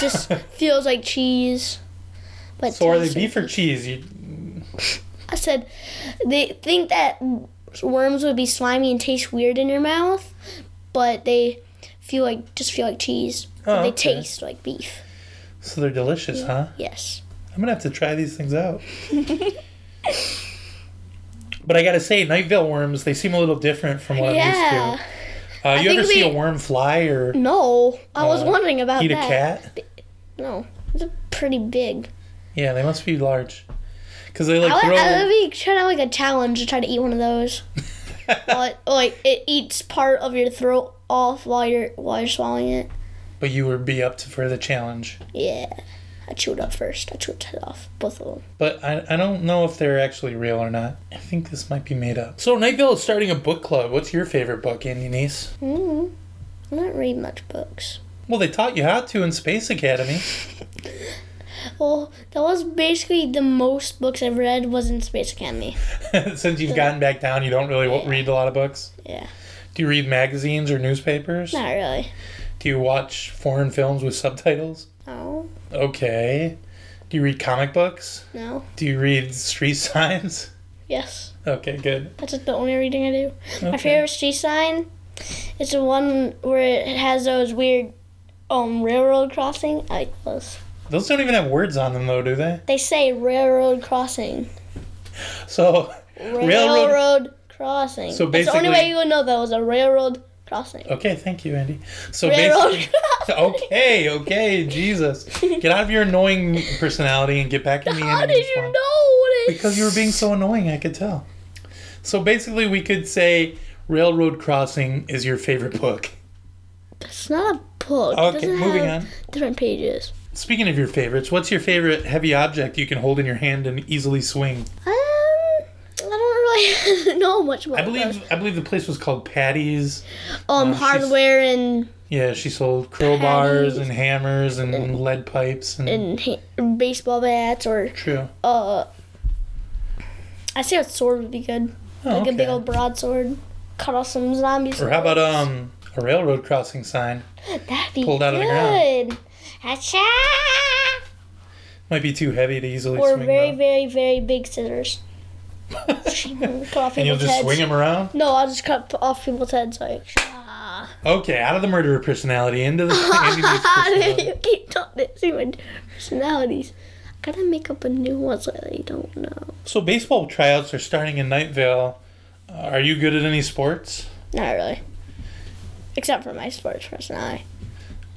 Speaker 2: Just feels like cheese. But
Speaker 1: So are they
Speaker 2: tastes like-
Speaker 1: beef or cheese? You,
Speaker 2: I said they think that worms would be slimy and taste weird in your mouth, but they feel like just feel like cheese. But
Speaker 1: Oh,
Speaker 2: they
Speaker 1: okay.
Speaker 2: taste like beef.
Speaker 1: so they're delicious, huh?
Speaker 2: Yes.
Speaker 1: I'm gonna have to try these things out. but I gotta say, Nightvale worms, they seem a little different from what I'm
Speaker 2: yeah.
Speaker 1: used to. Uh, you
Speaker 2: think
Speaker 1: ever see
Speaker 2: they-
Speaker 1: a worm fly or
Speaker 2: No, I was
Speaker 1: Uh,
Speaker 2: wondering about
Speaker 1: eat a
Speaker 2: that.
Speaker 1: cat?
Speaker 2: No, it's pretty big.
Speaker 1: Yeah, they must be large. Because they
Speaker 2: I
Speaker 1: like
Speaker 2: would,
Speaker 1: throw.
Speaker 2: I would be trying out like a challenge to try to eat one of those. but like it eats part of your throat off while you're while you're swallowing it.
Speaker 1: but you would be up to, for the challenge.
Speaker 2: Yeah, I chewed up first. I chewed its head off, both of them.
Speaker 1: But I, I don't know if they're actually real or not. I think this might be made up. So Nightvale is starting a book club. What's your favorite book, Andy Niece?
Speaker 2: Mm-hmm. I don't read much books.
Speaker 1: Well, they taught you how to in Space Academy.
Speaker 2: Well, that was basically the most books I've read was in Space Academy.
Speaker 1: Since you've gotten back down, you don't really w- read a lot of books.
Speaker 2: Yeah,
Speaker 1: Do you read magazines or newspapers?
Speaker 2: not really.
Speaker 1: Do you watch foreign films with subtitles?
Speaker 2: No,
Speaker 1: Okay. Do you read comic books?
Speaker 2: no,
Speaker 1: Do you read street signs?
Speaker 2: yes.
Speaker 1: Okay, good.
Speaker 2: That's the only reading I do. My
Speaker 1: Okay.
Speaker 2: favorite street sign is the one where it has those weird um railroad crossing. I like those.
Speaker 1: Those don't even have words on them, though, do they?
Speaker 2: They say railroad crossing.
Speaker 1: So,
Speaker 2: Railroad,
Speaker 1: railroad.
Speaker 2: crossing.
Speaker 1: So
Speaker 2: That's the only
Speaker 1: basically-
Speaker 2: way you would know that was a railroad crossing.
Speaker 1: Okay, thank you, Andy. So
Speaker 2: Railroad
Speaker 1: basically.
Speaker 2: crossing.
Speaker 1: Okay, okay, Jesus. Get out of your annoying personality and get back in the
Speaker 2: How
Speaker 1: Andy
Speaker 2: did
Speaker 1: Niece
Speaker 2: you know
Speaker 1: one.
Speaker 2: what it is?
Speaker 1: Because you were being so annoying, I could tell. So basically, we could say Railroad Crossing is your favorite book.
Speaker 2: It's not a book.
Speaker 1: Okay,
Speaker 2: it doesn't
Speaker 1: moving
Speaker 2: have
Speaker 1: on.
Speaker 2: Different pages.
Speaker 1: Speaking of your favorites, what's your favorite heavy object you can hold in your hand and easily swing?
Speaker 2: Um, I don't really know much about
Speaker 1: I believe I believe the place was called Patty's.
Speaker 2: those. um
Speaker 1: she's-
Speaker 2: hardware and
Speaker 1: Yeah, she sold crowbars
Speaker 2: Patties.
Speaker 1: and hammers and lead pipes and,
Speaker 2: and ha- baseball bats or
Speaker 1: true.
Speaker 2: uh. I say a sword would be good,
Speaker 1: Oh,
Speaker 2: like a big
Speaker 1: okay.
Speaker 2: old broadsword. Cut off some zombies.
Speaker 1: Or how about um a railroad crossing sign?
Speaker 2: That'd be
Speaker 1: pulled out of the ground?
Speaker 2: good. Acha!
Speaker 1: Might be too heavy to easily
Speaker 2: Or
Speaker 1: swing.
Speaker 2: very,
Speaker 1: though.
Speaker 2: very, very big scissors. cut off
Speaker 1: and you'll
Speaker 2: people's
Speaker 1: just
Speaker 2: heads.
Speaker 1: swing them around.
Speaker 2: No, I'll just cut off people's heads. Like, ah.
Speaker 1: Okay, out of the murderer personality into the Andy Lee's personality.
Speaker 2: you keep talking to see my personalities. I gotta make up a new one so that I don't know.
Speaker 1: So baseball tryouts are starting in Nightvale. Uh, are you good at any sports?
Speaker 2: Not really. Except for my sports personality.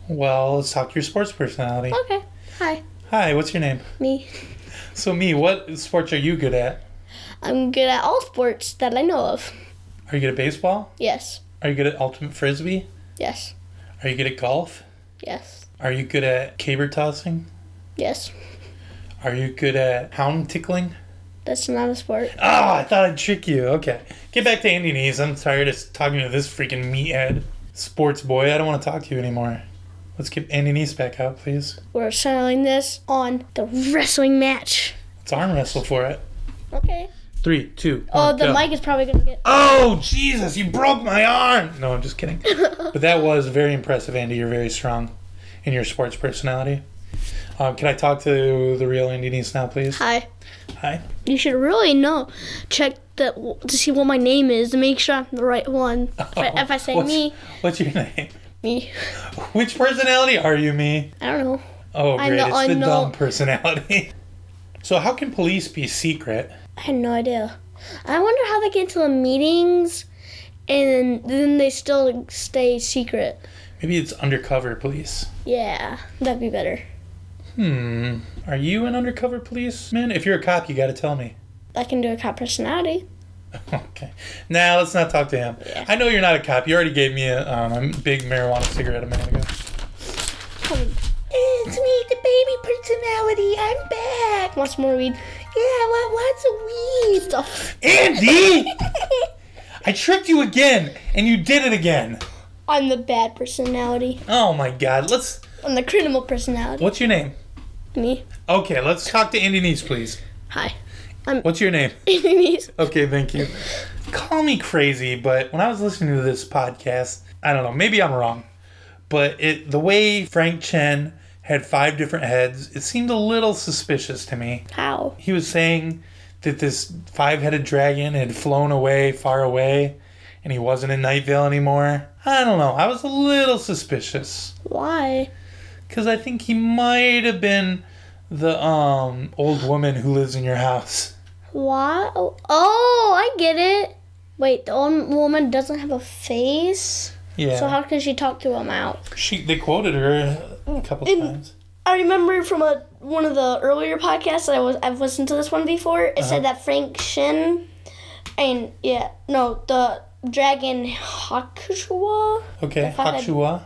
Speaker 1: Well, let's talk to your sports personality.
Speaker 2: Okay. Hi.
Speaker 1: Hi, what's your name?
Speaker 2: Me.
Speaker 1: So me, what sports are you good at?
Speaker 2: I'm good at all sports that I know of.
Speaker 1: Are you good at baseball?
Speaker 2: Yes.
Speaker 1: Are you good at ultimate frisbee?
Speaker 2: Yes.
Speaker 1: Are you good at golf?
Speaker 2: Yes.
Speaker 1: Are you good at caber tossing?
Speaker 2: Yes.
Speaker 1: Are you good at hound tickling?
Speaker 2: That's not a sport.
Speaker 1: Oh, I thought I'd trick you. Okay. Get back to Andy Knees. I'm tired of talking to this freaking meathead. Sports boy, I don't want to talk to you anymore. Let's get Andy Knees back out, please.
Speaker 2: We're selling this on the wrestling match.
Speaker 1: Let's arm wrestle for it.
Speaker 2: Okay.
Speaker 1: Three, two,
Speaker 2: Oh,
Speaker 1: one,
Speaker 2: the
Speaker 1: go.
Speaker 2: mic is probably gonna get.
Speaker 1: Oh, Jesus, you broke my arm! No, I'm just kidding. but that was very impressive, Andy. You're very strong in your sports personality. Um, can I talk to the real Andy Knees now, please?
Speaker 2: Hi.
Speaker 1: Hi.
Speaker 2: You should really know. Check the to see what my name is to make sure I'm the right one. If I, if I say
Speaker 1: What's-
Speaker 2: me,
Speaker 1: What's your name?
Speaker 2: me.
Speaker 1: Which personality are you, me?
Speaker 2: I don't know.
Speaker 1: Oh,
Speaker 2: I
Speaker 1: great.
Speaker 2: know-
Speaker 1: it's
Speaker 2: I
Speaker 1: the
Speaker 2: know.
Speaker 1: dumb personality. so, how can police be secret?
Speaker 2: I had no idea. I wonder how they get to the meetings, and then they still stay secret.
Speaker 1: Maybe it's undercover police.
Speaker 2: Yeah, that'd be better.
Speaker 1: Hmm. Are you an undercover policeman? If you're a cop, you gotta tell me.
Speaker 2: I can do a cop personality.
Speaker 1: Okay. Now, let's not talk to him. I know you're not a cop. You already gave me a, um, a big marijuana cigarette a minute ago.
Speaker 3: It's me, the baby personality. I'm back.
Speaker 2: Once more weed
Speaker 3: Yeah, what what's a weed?
Speaker 2: stuff
Speaker 1: Andy! I tricked you again, and you did it again.
Speaker 2: on the bad personality,
Speaker 1: Oh my god. Let's.
Speaker 2: on the criminal personality.
Speaker 1: What's your name?
Speaker 2: Me.
Speaker 1: Okay, let's talk to Andy Neese, please.
Speaker 2: Hi.
Speaker 1: What's your name?
Speaker 2: Vietnamese.
Speaker 1: Okay, thank you. Call me crazy, but when I was listening to this podcast, I don't know, maybe I'm wrong, but it the way Frank Chen had five different heads, it seemed a little suspicious to me.
Speaker 2: How?
Speaker 1: He was saying that this five-headed dragon had flown away far away and he wasn't in Nightvale anymore. I don't know. I was a little suspicious
Speaker 2: Why?
Speaker 1: cuz I think he might have been the um old woman who lives in your house.
Speaker 2: Why? Oh, oh, I get it. Wait, the old woman doesn't have a face,
Speaker 1: Yeah.
Speaker 2: so how can she talk through a mouth?
Speaker 1: She they quoted her a couple
Speaker 2: In-
Speaker 1: times.
Speaker 2: I remember from a one of the earlier podcasts that I was I've listened to this one before. It said that Frank Shin and yeah, no, the dragon Hakushua,
Speaker 1: Okay,
Speaker 2: five-headed-
Speaker 1: Hakshua,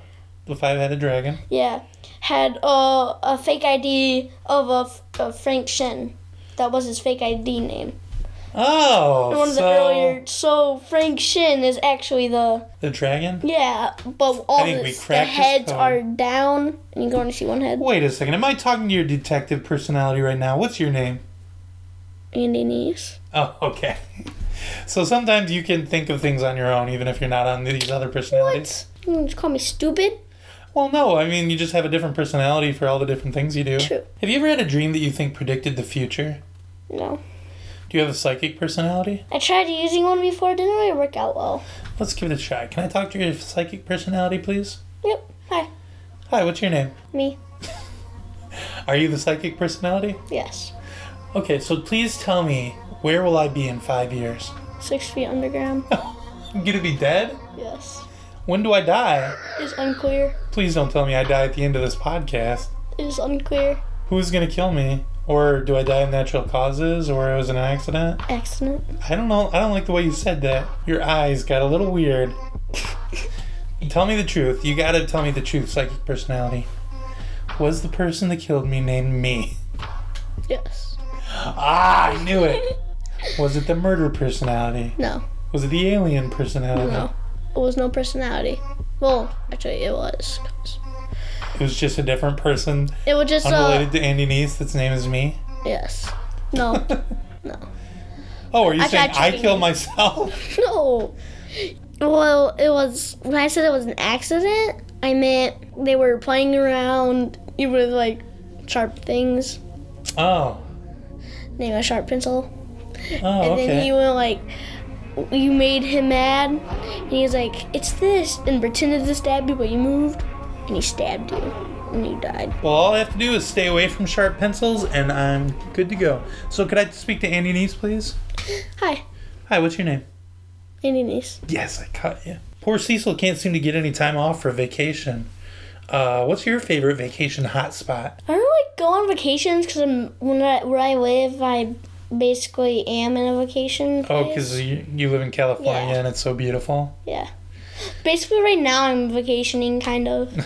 Speaker 1: the five-headed dragon.
Speaker 2: yeah, had uh, a fake ID of a, f- a Frank Shin. That was his fake ID name.
Speaker 1: Oh,
Speaker 2: One of the
Speaker 1: so
Speaker 2: earlier. So Frank Shin is actually the
Speaker 1: the dragon.
Speaker 2: yeah, but all
Speaker 1: think we
Speaker 2: the, the
Speaker 1: cracked this
Speaker 2: heads
Speaker 1: code.
Speaker 2: are down, and you can only see one head.
Speaker 1: Wait a second. Am I talking to your detective personality right now? What's your name?
Speaker 2: Andy Neese.
Speaker 1: Oh, okay. So sometimes you can think of things on your own, even if you're not on these other personalities.
Speaker 2: What? You wanna hmm, call me stupid?
Speaker 1: Well, no. I mean, you just have a different personality for all the different things you do.
Speaker 2: True.
Speaker 1: Have you ever had a dream that you think predicted the future?
Speaker 2: No.
Speaker 1: Do you have a psychic personality?
Speaker 2: I tried using one before, it didn't really work out well.
Speaker 1: Let's give it a try. Can I talk to your psychic personality, please?
Speaker 2: Yep. Hi.
Speaker 1: Hi, what's your name?
Speaker 2: Me.
Speaker 1: Are you the psychic personality?
Speaker 2: Yes.
Speaker 1: Okay, so please tell me where will I be in five years?
Speaker 2: Six feet underground.
Speaker 1: I'm gonna be dead?
Speaker 2: yes.
Speaker 1: When do I die?
Speaker 2: It is unclear.
Speaker 1: Please don't tell me I die at the end of this podcast.
Speaker 2: It is unclear.
Speaker 1: Who's gonna kill me? Or do I die of natural causes or it was an accident?
Speaker 2: Accident.
Speaker 1: I don't know. I don't like the way you said that. Your eyes got a little weird. tell me the truth. You gotta tell me the truth, psychic personality. Was the person that killed me named me?
Speaker 2: Yes.
Speaker 1: Ah, I knew it. Was it the murder personality?
Speaker 2: No.
Speaker 1: Was it the alien personality?
Speaker 2: No. It was no personality. Well, actually, it was. 'cause-
Speaker 1: It was just a different person
Speaker 2: It was just
Speaker 1: unrelated
Speaker 2: uh.
Speaker 1: to Andy Neese that's name is me.
Speaker 2: Yes. No. no.
Speaker 1: Oh, are you
Speaker 2: I
Speaker 1: saying
Speaker 2: tried
Speaker 1: I
Speaker 2: cheating.
Speaker 1: kill myself?
Speaker 2: No. Well, it was when I said it was an accident. I meant they were playing around with like sharp things.
Speaker 1: Oh.
Speaker 2: Name a sharp pencil.
Speaker 1: Oh,
Speaker 2: And then
Speaker 1: okay.
Speaker 2: he went like, you made him mad, and he was like, "It's this," and pretended to stab you, but you moved, and he stabbed you, and you died.
Speaker 1: Well, all I have to do is stay away from sharp pencils and I'm good to go. So, could I speak to Andy Neese, please?
Speaker 2: Hi,
Speaker 1: Hi, what's your name?
Speaker 2: Andy Nice.
Speaker 1: Yes, I caught you. Poor Cecil can't seem to get any time off for vacation. Uh, what's your favorite vacation hotspot?
Speaker 2: I don't like go on vacations because I'm when I where I live, I basically am in a vacation.
Speaker 1: Oh,
Speaker 2: place.
Speaker 1: because you, you live in California
Speaker 2: Yeah.
Speaker 1: and it's so beautiful.
Speaker 2: yeah. Basically, right now I'm vacationing, kind of.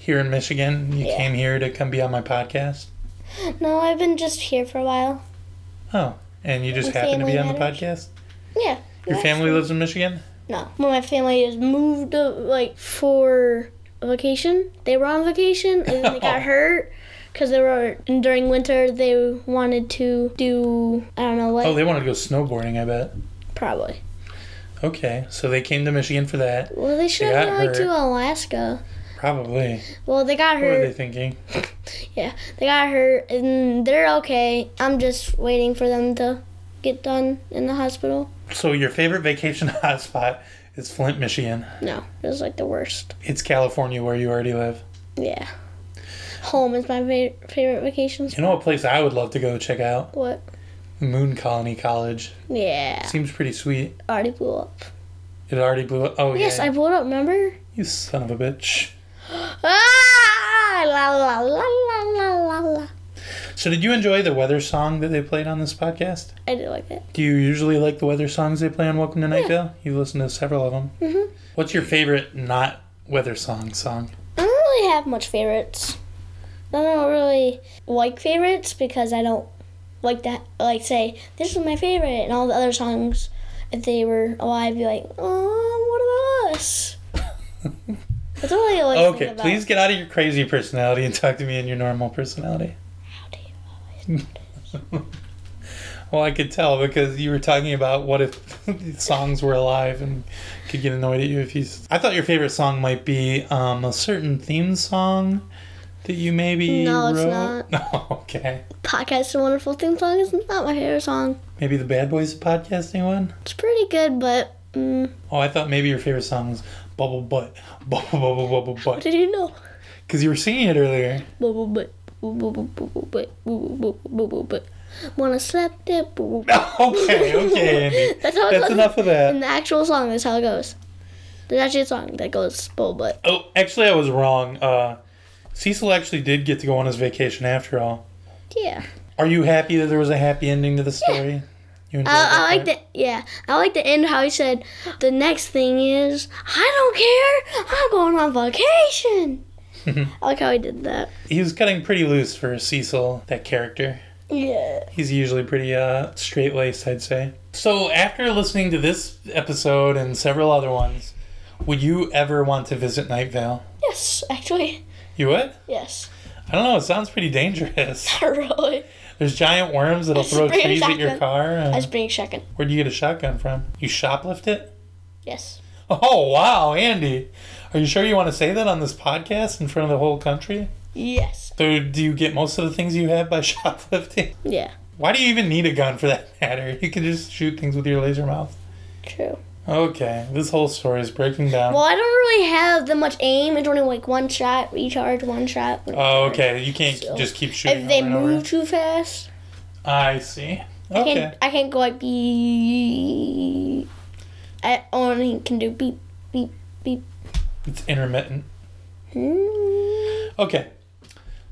Speaker 1: Here in Michigan, you
Speaker 2: Yeah.
Speaker 1: came here to come be on my podcast.
Speaker 2: no, I've been just here for a while.
Speaker 1: Oh, and you just
Speaker 2: My
Speaker 1: happen to be on
Speaker 2: family
Speaker 1: the
Speaker 2: matters.
Speaker 1: podcast?
Speaker 2: Yeah.
Speaker 1: Your
Speaker 2: yeah,
Speaker 1: family
Speaker 2: so-
Speaker 1: lives in Michigan?
Speaker 2: No. When my family has moved, uh, like, for a vacation, they were on vacation and then they got hurt. Because they were during winter, they wanted to do I don't know what
Speaker 1: Oh, they wanted to go snowboarding, I bet.
Speaker 2: probably.
Speaker 1: Okay, so they came to Michigan for that.
Speaker 2: Well, they should have
Speaker 1: got
Speaker 2: gone like, to
Speaker 1: hurt.
Speaker 2: Alaska.
Speaker 1: Probably.
Speaker 2: Well, they got
Speaker 1: What were
Speaker 2: hurt.
Speaker 1: they thinking?
Speaker 2: Yeah, they got hurt and they're okay. I'm just waiting for them to get done in the hospital.
Speaker 1: So, your favorite vacation hotspot is Flint, Michigan.
Speaker 2: No, it was like the worst.
Speaker 1: It's California where you already live.
Speaker 2: Yeah. Home is my favorite, favorite vacation
Speaker 1: You
Speaker 2: spot.
Speaker 1: know what place I would love to go check out?
Speaker 2: What?
Speaker 1: Moon Colony College.
Speaker 2: Yeah.
Speaker 1: Seems pretty sweet.
Speaker 2: Already blew up.
Speaker 1: It already blew up. Oh,
Speaker 2: Yes,
Speaker 1: yeah.
Speaker 2: I blew it up, remember?
Speaker 1: You son of a bitch.
Speaker 2: Ah! La la la la la la la.
Speaker 1: So, did you enjoy the weather song that they played on this podcast?
Speaker 2: I did like that.
Speaker 1: Do you usually like the weather songs they play on Welcome to Nightville? You've listened to several of them.
Speaker 2: Mhm.
Speaker 1: What's your favorite not weather song song?
Speaker 2: I don't really have much favorites. I don't really like favorites because I don't like that. Like say this is my favorite, and all the other songs, if they were alive, be like, oh, what about us? That's all I always think
Speaker 1: Okay,
Speaker 2: about.
Speaker 1: please get out of your crazy personality and talk to me in your normal personality.
Speaker 2: How do you-
Speaker 1: Well, I could tell because you were talking about what if these songs were alive and could get annoyed at you if you. I thought your favorite song might be um, a certain theme song that you maybe
Speaker 2: No, it's
Speaker 1: wrote. No, okay.
Speaker 2: Podcast is a wonderful theme song is not my favorite song.
Speaker 1: Maybe the Bad Boys of Podcasting one?
Speaker 2: It's pretty good, but mm,
Speaker 1: Oh, I thought maybe your favorite song was Bubble Butt. Bubble, bubble, bubble,
Speaker 2: what
Speaker 1: butt.
Speaker 2: did you know?
Speaker 1: Because you were singing it earlier.
Speaker 2: Boo, boo, boo, boo, boo, boo, boo, boo, boo, boo, boo, boo, boo. Wanna slap that? boo, boo, boo.
Speaker 1: okay, okay, Andy.
Speaker 2: That's how it
Speaker 1: That's
Speaker 2: goes.
Speaker 1: enough of
Speaker 2: And
Speaker 1: that.
Speaker 2: the actual song is how it goes. There's actually a song that goes bull butt.
Speaker 1: Oh, actually, I was wrong. Uh, Cecil actually did get to go on his vacation after all.
Speaker 2: Yeah.
Speaker 1: Are you happy that there was a happy ending to the story? You enjoyed
Speaker 2: I, Uh, I like
Speaker 1: part?
Speaker 2: the yeah. I like the end how he said the next thing is I don't care. I'm going on vacation. I like how he did that.
Speaker 1: He was cutting pretty loose for Cecil, that character.
Speaker 2: Yeah.
Speaker 1: He's usually pretty uh, straight laced, I'd say. So, after listening to this episode and several other ones, would you ever want to visit Night Vale?
Speaker 2: Yes, actually.
Speaker 1: You would?
Speaker 2: Yes.
Speaker 1: I don't know. It sounds pretty dangerous.
Speaker 2: really.
Speaker 1: There's giant worms that'll throw
Speaker 2: Spray
Speaker 1: trees at your
Speaker 2: shotgun.
Speaker 1: car.
Speaker 2: I
Speaker 1: and-
Speaker 2: was being shaken.
Speaker 1: Where'd you get a shotgun from? You shoplift it?
Speaker 2: Yes.
Speaker 1: Oh wow, Andy. Are you sure you want to say that on this podcast in front of the whole country?
Speaker 2: Yes.
Speaker 1: So do you get most of the things you have by shoplifting?
Speaker 2: Yeah.
Speaker 1: Why do you even need a gun for that matter? You can just shoot things with your laser mouth.
Speaker 2: True.
Speaker 1: Okay, this whole story is breaking down.
Speaker 2: Well, I don't really have that much aim. It's only like one shot, recharge, one shot.
Speaker 1: Oh,
Speaker 2: recharge.
Speaker 1: okay. You can't
Speaker 2: So,
Speaker 1: just keep shooting.
Speaker 2: If they
Speaker 1: over and over.
Speaker 2: move too fast,
Speaker 1: I see.
Speaker 2: I
Speaker 1: Okay.
Speaker 2: can't. I can't go like beep. I only can do beep beep beep.
Speaker 1: It's intermittent.
Speaker 2: Hmm.
Speaker 1: Okay.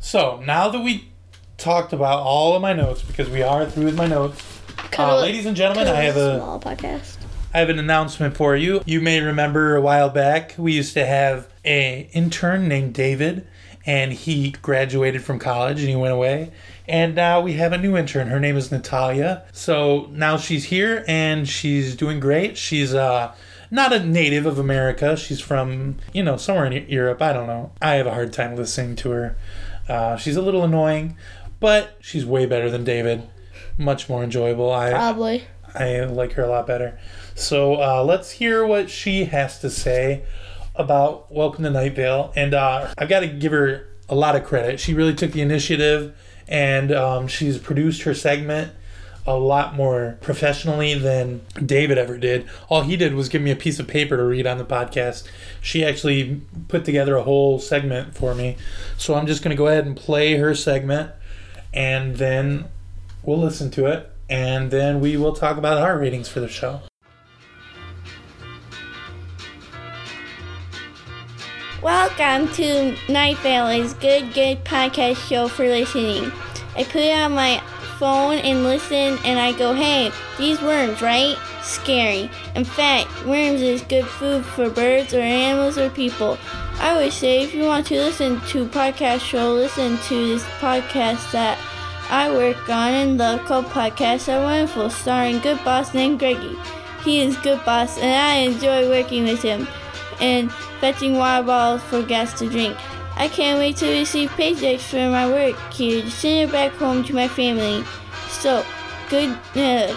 Speaker 1: So now that we talked about all of my notes, because we are through with my notes, uh,
Speaker 2: Cuddle-
Speaker 1: ladies and gentlemen,
Speaker 2: cuddle
Speaker 1: I have a
Speaker 2: small podcast.
Speaker 1: I have an announcement for you. You may remember a while back we used to have a intern named David and he graduated from college and he went away. And now we have a new intern. Her name is Natalia. So now she's here and she's doing great. She's uh not a native of America. She's from, you know, somewhere in Europe. I don't know. I have a hard time listening to her. Uh, she's a little annoying, but she's way better than David. Much more enjoyable. I,
Speaker 2: Probably.
Speaker 1: I like her a lot better. So uh, let's hear what she has to say about Welcome to Night Vale. And uh, I've got to give her a lot of credit. She really took the initiative and um, she's produced her segment a lot more professionally than David ever did. All he did was give me a piece of paper to read on the podcast. She actually put together a whole segment for me. So I'm just going to go ahead and play her segment and then we'll listen to it and then we will talk about our ratings for the show.
Speaker 5: Welcome to Night Vale's Good Good Podcast Show for listening. I put on my phone and listen, and I go, hey, these worms, right? Scary. In fact, worms is good food for birds or animals or people. I would say if you want to listen to podcast show, listen to this podcast that I work on and love called Podcasts Are Wonderful, starring good boss named Greggy. He is good boss, and I enjoy working with him and fetching water bottles for guests to drink. I can't wait to receive paychecks for my work here to send it back home to my family. So, good.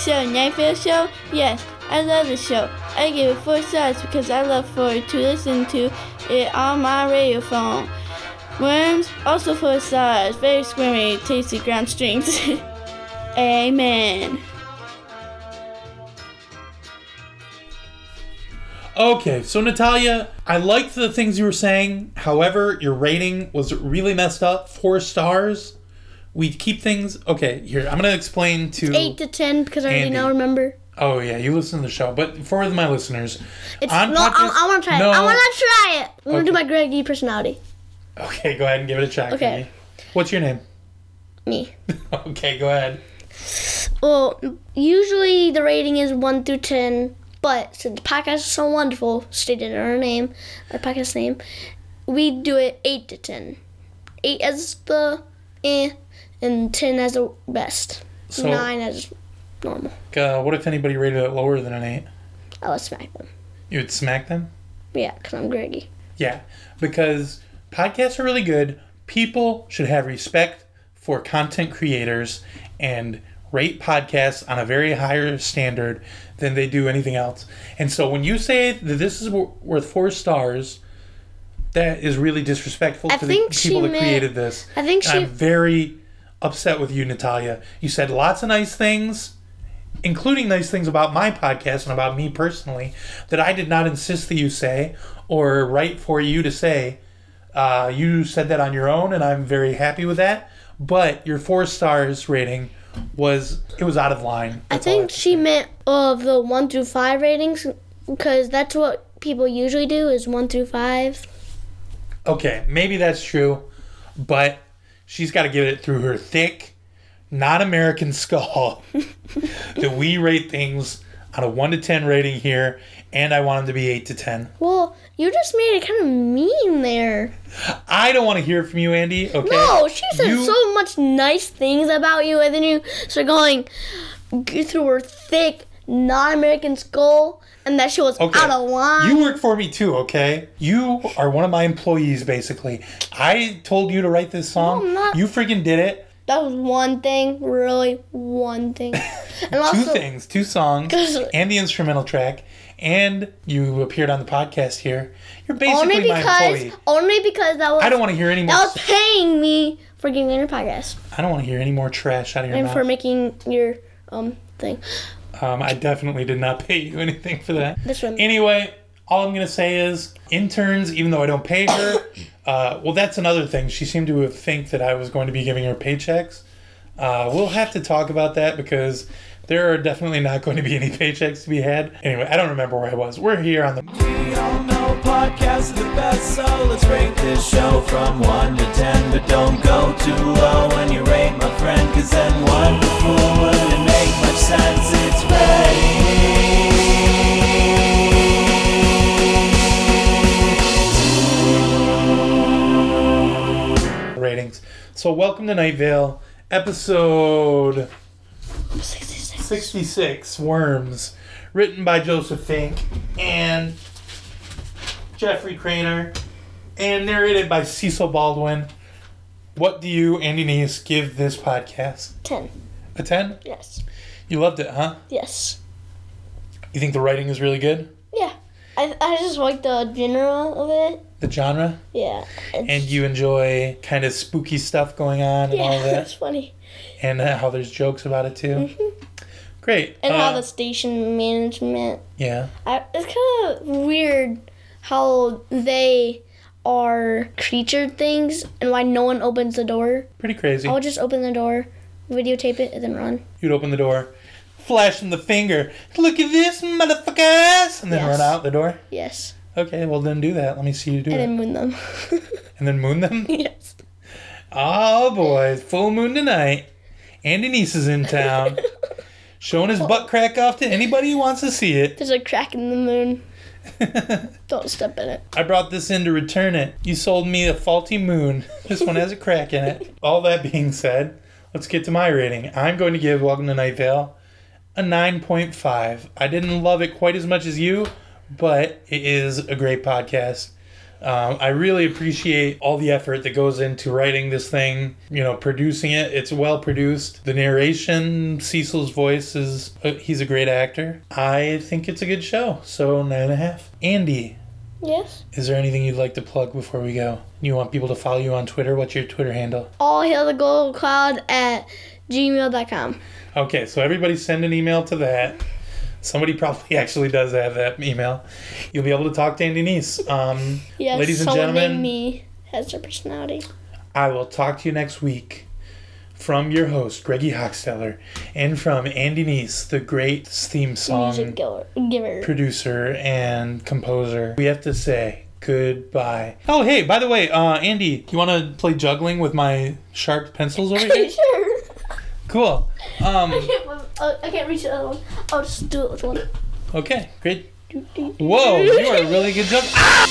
Speaker 5: Uh, so, Nightfield Show? Yes, I love the show. I give it four stars because I love for to listen to it on my radio phone. Worms, also four stars. Very squirmy, tasty ground strings. Amen.
Speaker 1: Okay, so Natalia, I liked the things you were saying. However, your rating was really messed up. Four stars. We keep things okay. Here, I'm gonna explain to
Speaker 2: Eight to ten because I already
Speaker 1: Andy.
Speaker 2: now remember.
Speaker 1: Oh yeah, you listen to the show, but for my listeners,
Speaker 2: It's
Speaker 1: on
Speaker 2: no.
Speaker 1: podcast-
Speaker 2: I, I want to try
Speaker 1: No.
Speaker 2: it. I want to try it. I'm gonna do
Speaker 1: Okay.
Speaker 2: my Greg E personality.
Speaker 1: Okay, go ahead and give it a try.
Speaker 2: Okay.
Speaker 1: Okay. What's your name?
Speaker 2: Me.
Speaker 1: Okay, go ahead.
Speaker 2: Well, usually the rating is one through ten, but since the podcast is so wonderful, stated in our name, our podcast name, we do it eight to ten. Eight as the eh, and ten as the best.
Speaker 1: So-
Speaker 2: Nine as normal.
Speaker 1: Uh, what if anybody rated it lower than an eight?
Speaker 2: I would smack them.
Speaker 1: You would smack them?
Speaker 2: Yeah, because I'm Greggy.
Speaker 1: Yeah, because podcasts are really good. People should have respect for content creators and rate podcasts on a very higher standard than they do anything else. And so when you say that this is wor- worth four stars, that is really disrespectful
Speaker 2: I
Speaker 1: to
Speaker 2: think
Speaker 1: the
Speaker 2: she
Speaker 1: people that
Speaker 2: meant-
Speaker 1: created this.
Speaker 2: I think
Speaker 1: And
Speaker 2: she-
Speaker 1: I'm very upset with you, Natalia. You said lots of nice things, including nice things about my podcast and about me personally, that I did not insist that you say or write for you to say. Uh, you said that on your own, and I'm very happy with that. But your four stars rating was it was out of line.
Speaker 2: I
Speaker 1: That's all
Speaker 2: think she meant of the one through five ratings because that's what people usually do is one through five.
Speaker 1: Okay, maybe that's true, but she's got to get it through her thick, not American skull that we rate things on a 1 to 10 rating here, and I want them to be 8 to 10.
Speaker 2: Well, you just made it kind of mean there.
Speaker 1: I don't want to hear from you, Andy. Okay.
Speaker 2: No, she said
Speaker 1: You-
Speaker 2: so much nice things about you, and then you start going g- through her thick non-American skull, and that she was
Speaker 1: Okay.
Speaker 2: out of line.
Speaker 1: You work for me too, okay? You are one of my employees, basically. I told you to write this song.
Speaker 2: I'm not-
Speaker 1: You freaking did it.
Speaker 2: that was one thing, really one thing, and
Speaker 1: two
Speaker 2: also
Speaker 1: things, two songs,
Speaker 2: 'Cause-
Speaker 1: and the instrumental track, and you appeared on the podcast here. You're basically
Speaker 2: only
Speaker 1: my
Speaker 2: because
Speaker 1: employee.
Speaker 2: only because that was
Speaker 1: I don't want to hear any more.
Speaker 2: that was paying me for getting on your podcast.
Speaker 1: I don't want to hear any more trash out of your
Speaker 2: and
Speaker 1: mouth.
Speaker 2: for making your um thing.
Speaker 1: Um, I definitely did not pay you anything for that.
Speaker 2: This one.
Speaker 1: Anyway, all I'm gonna say is interns. Even though I don't pay her, uh, well, that's another thing. She seemed to have think that I was going to be giving her paychecks. Uh, we'll have to talk about that because there are definitely not going to be any paychecks to be had. Anyway, I don't remember where I was. We're here on the
Speaker 6: We all know podcasts are the best, so let's rate this show from 1 to 10. But don't go too low when you rate my friend, cause then wonderful wouldn't make much sense. It's rating.
Speaker 1: ratings. So, welcome to Night Vale, episode
Speaker 2: 66.
Speaker 1: 66 Worms, written by Joseph Fink and Jeffrey Craner, and narrated by Cecil Baldwin. What do you, Andy Neese, give this podcast?
Speaker 2: 10.
Speaker 1: A 10?
Speaker 2: Yes.
Speaker 1: You loved it, huh?
Speaker 2: Yes.
Speaker 1: You think the writing is really good?
Speaker 2: Yeah. I, I just like the general of it.
Speaker 1: The genre?
Speaker 2: Yeah.
Speaker 1: And you enjoy kind of spooky stuff going on and
Speaker 2: Yeah,
Speaker 1: all
Speaker 2: that's
Speaker 1: that?
Speaker 2: funny.
Speaker 1: And uh, how there's jokes about it, too? Great.
Speaker 2: Mm-hmm. And how
Speaker 1: Uh,
Speaker 2: the station management.
Speaker 1: Yeah.
Speaker 2: I, it's kind of weird how they are creature things and why no one opens the door.
Speaker 1: Pretty crazy.
Speaker 2: I would just open the door, videotape it, and then run.
Speaker 1: You'd open the door, flash them the finger. Look at this, motherfuckers! And then
Speaker 2: Yes.
Speaker 1: run out the door.
Speaker 2: Yes.
Speaker 1: Okay, well then do that. Let me see you do
Speaker 2: And
Speaker 1: it.
Speaker 2: then moon them.
Speaker 1: And then moon them.
Speaker 2: yes.
Speaker 1: Oh boy, full moon tonight. Andy Neese is in town, showing his butt crack off to anybody who wants to see it.
Speaker 2: There's a crack in the moon. Don't step in it.
Speaker 1: I brought this in to return it. You sold me a faulty moon. This one has a crack in it. All that being said, let's get to my rating. I'm going to give Welcome to Night Vale a 9.5. I didn't love it quite as much as you, but it is a great podcast. Um, I really appreciate all the effort that goes into writing this thing, you know, producing it. It's well produced. The narration, Cecil's voice is, uh, he's a great actor. I think it's a good show. So, nine and a half. Andy,
Speaker 2: Yes.
Speaker 1: is there anything you'd like to plug before we go? You want people to follow you on Twitter? What's your Twitter handle?
Speaker 2: All hail the gold cloud at gmail.com.
Speaker 1: Okay, so everybody send an email to that. Somebody probably actually does have that email. You'll be able to talk to Andy Neese. Um,
Speaker 2: Yes.
Speaker 1: ladies and
Speaker 2: someone
Speaker 1: gentlemen,
Speaker 2: named me has their personality.
Speaker 1: I will talk to you next week. From your host, Greggy Hochsteller, and from Andy Neese, the great theme
Speaker 2: Music
Speaker 1: song
Speaker 2: giver. giver.
Speaker 1: producer and composer, we have to say goodbye. Oh, hey, by the way, uh, Andy, you want to play juggling with my sharp pencils over here?
Speaker 2: sure.
Speaker 1: Cool. Um,
Speaker 2: I can't, oh, I can't reach the other one. I'll just do it with one.
Speaker 1: Okay, great. Whoa, you are a really good jump. Ah!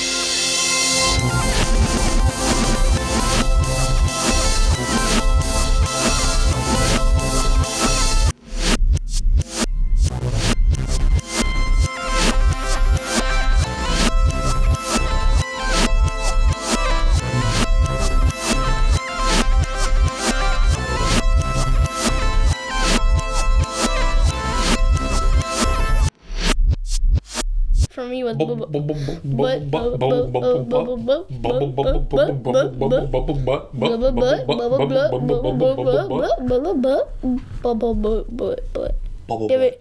Speaker 5: For me with
Speaker 1: Bub-
Speaker 5: bubble.
Speaker 1: bub- bub- bub- bub- bub- bub- bub- bub-
Speaker 5: Give it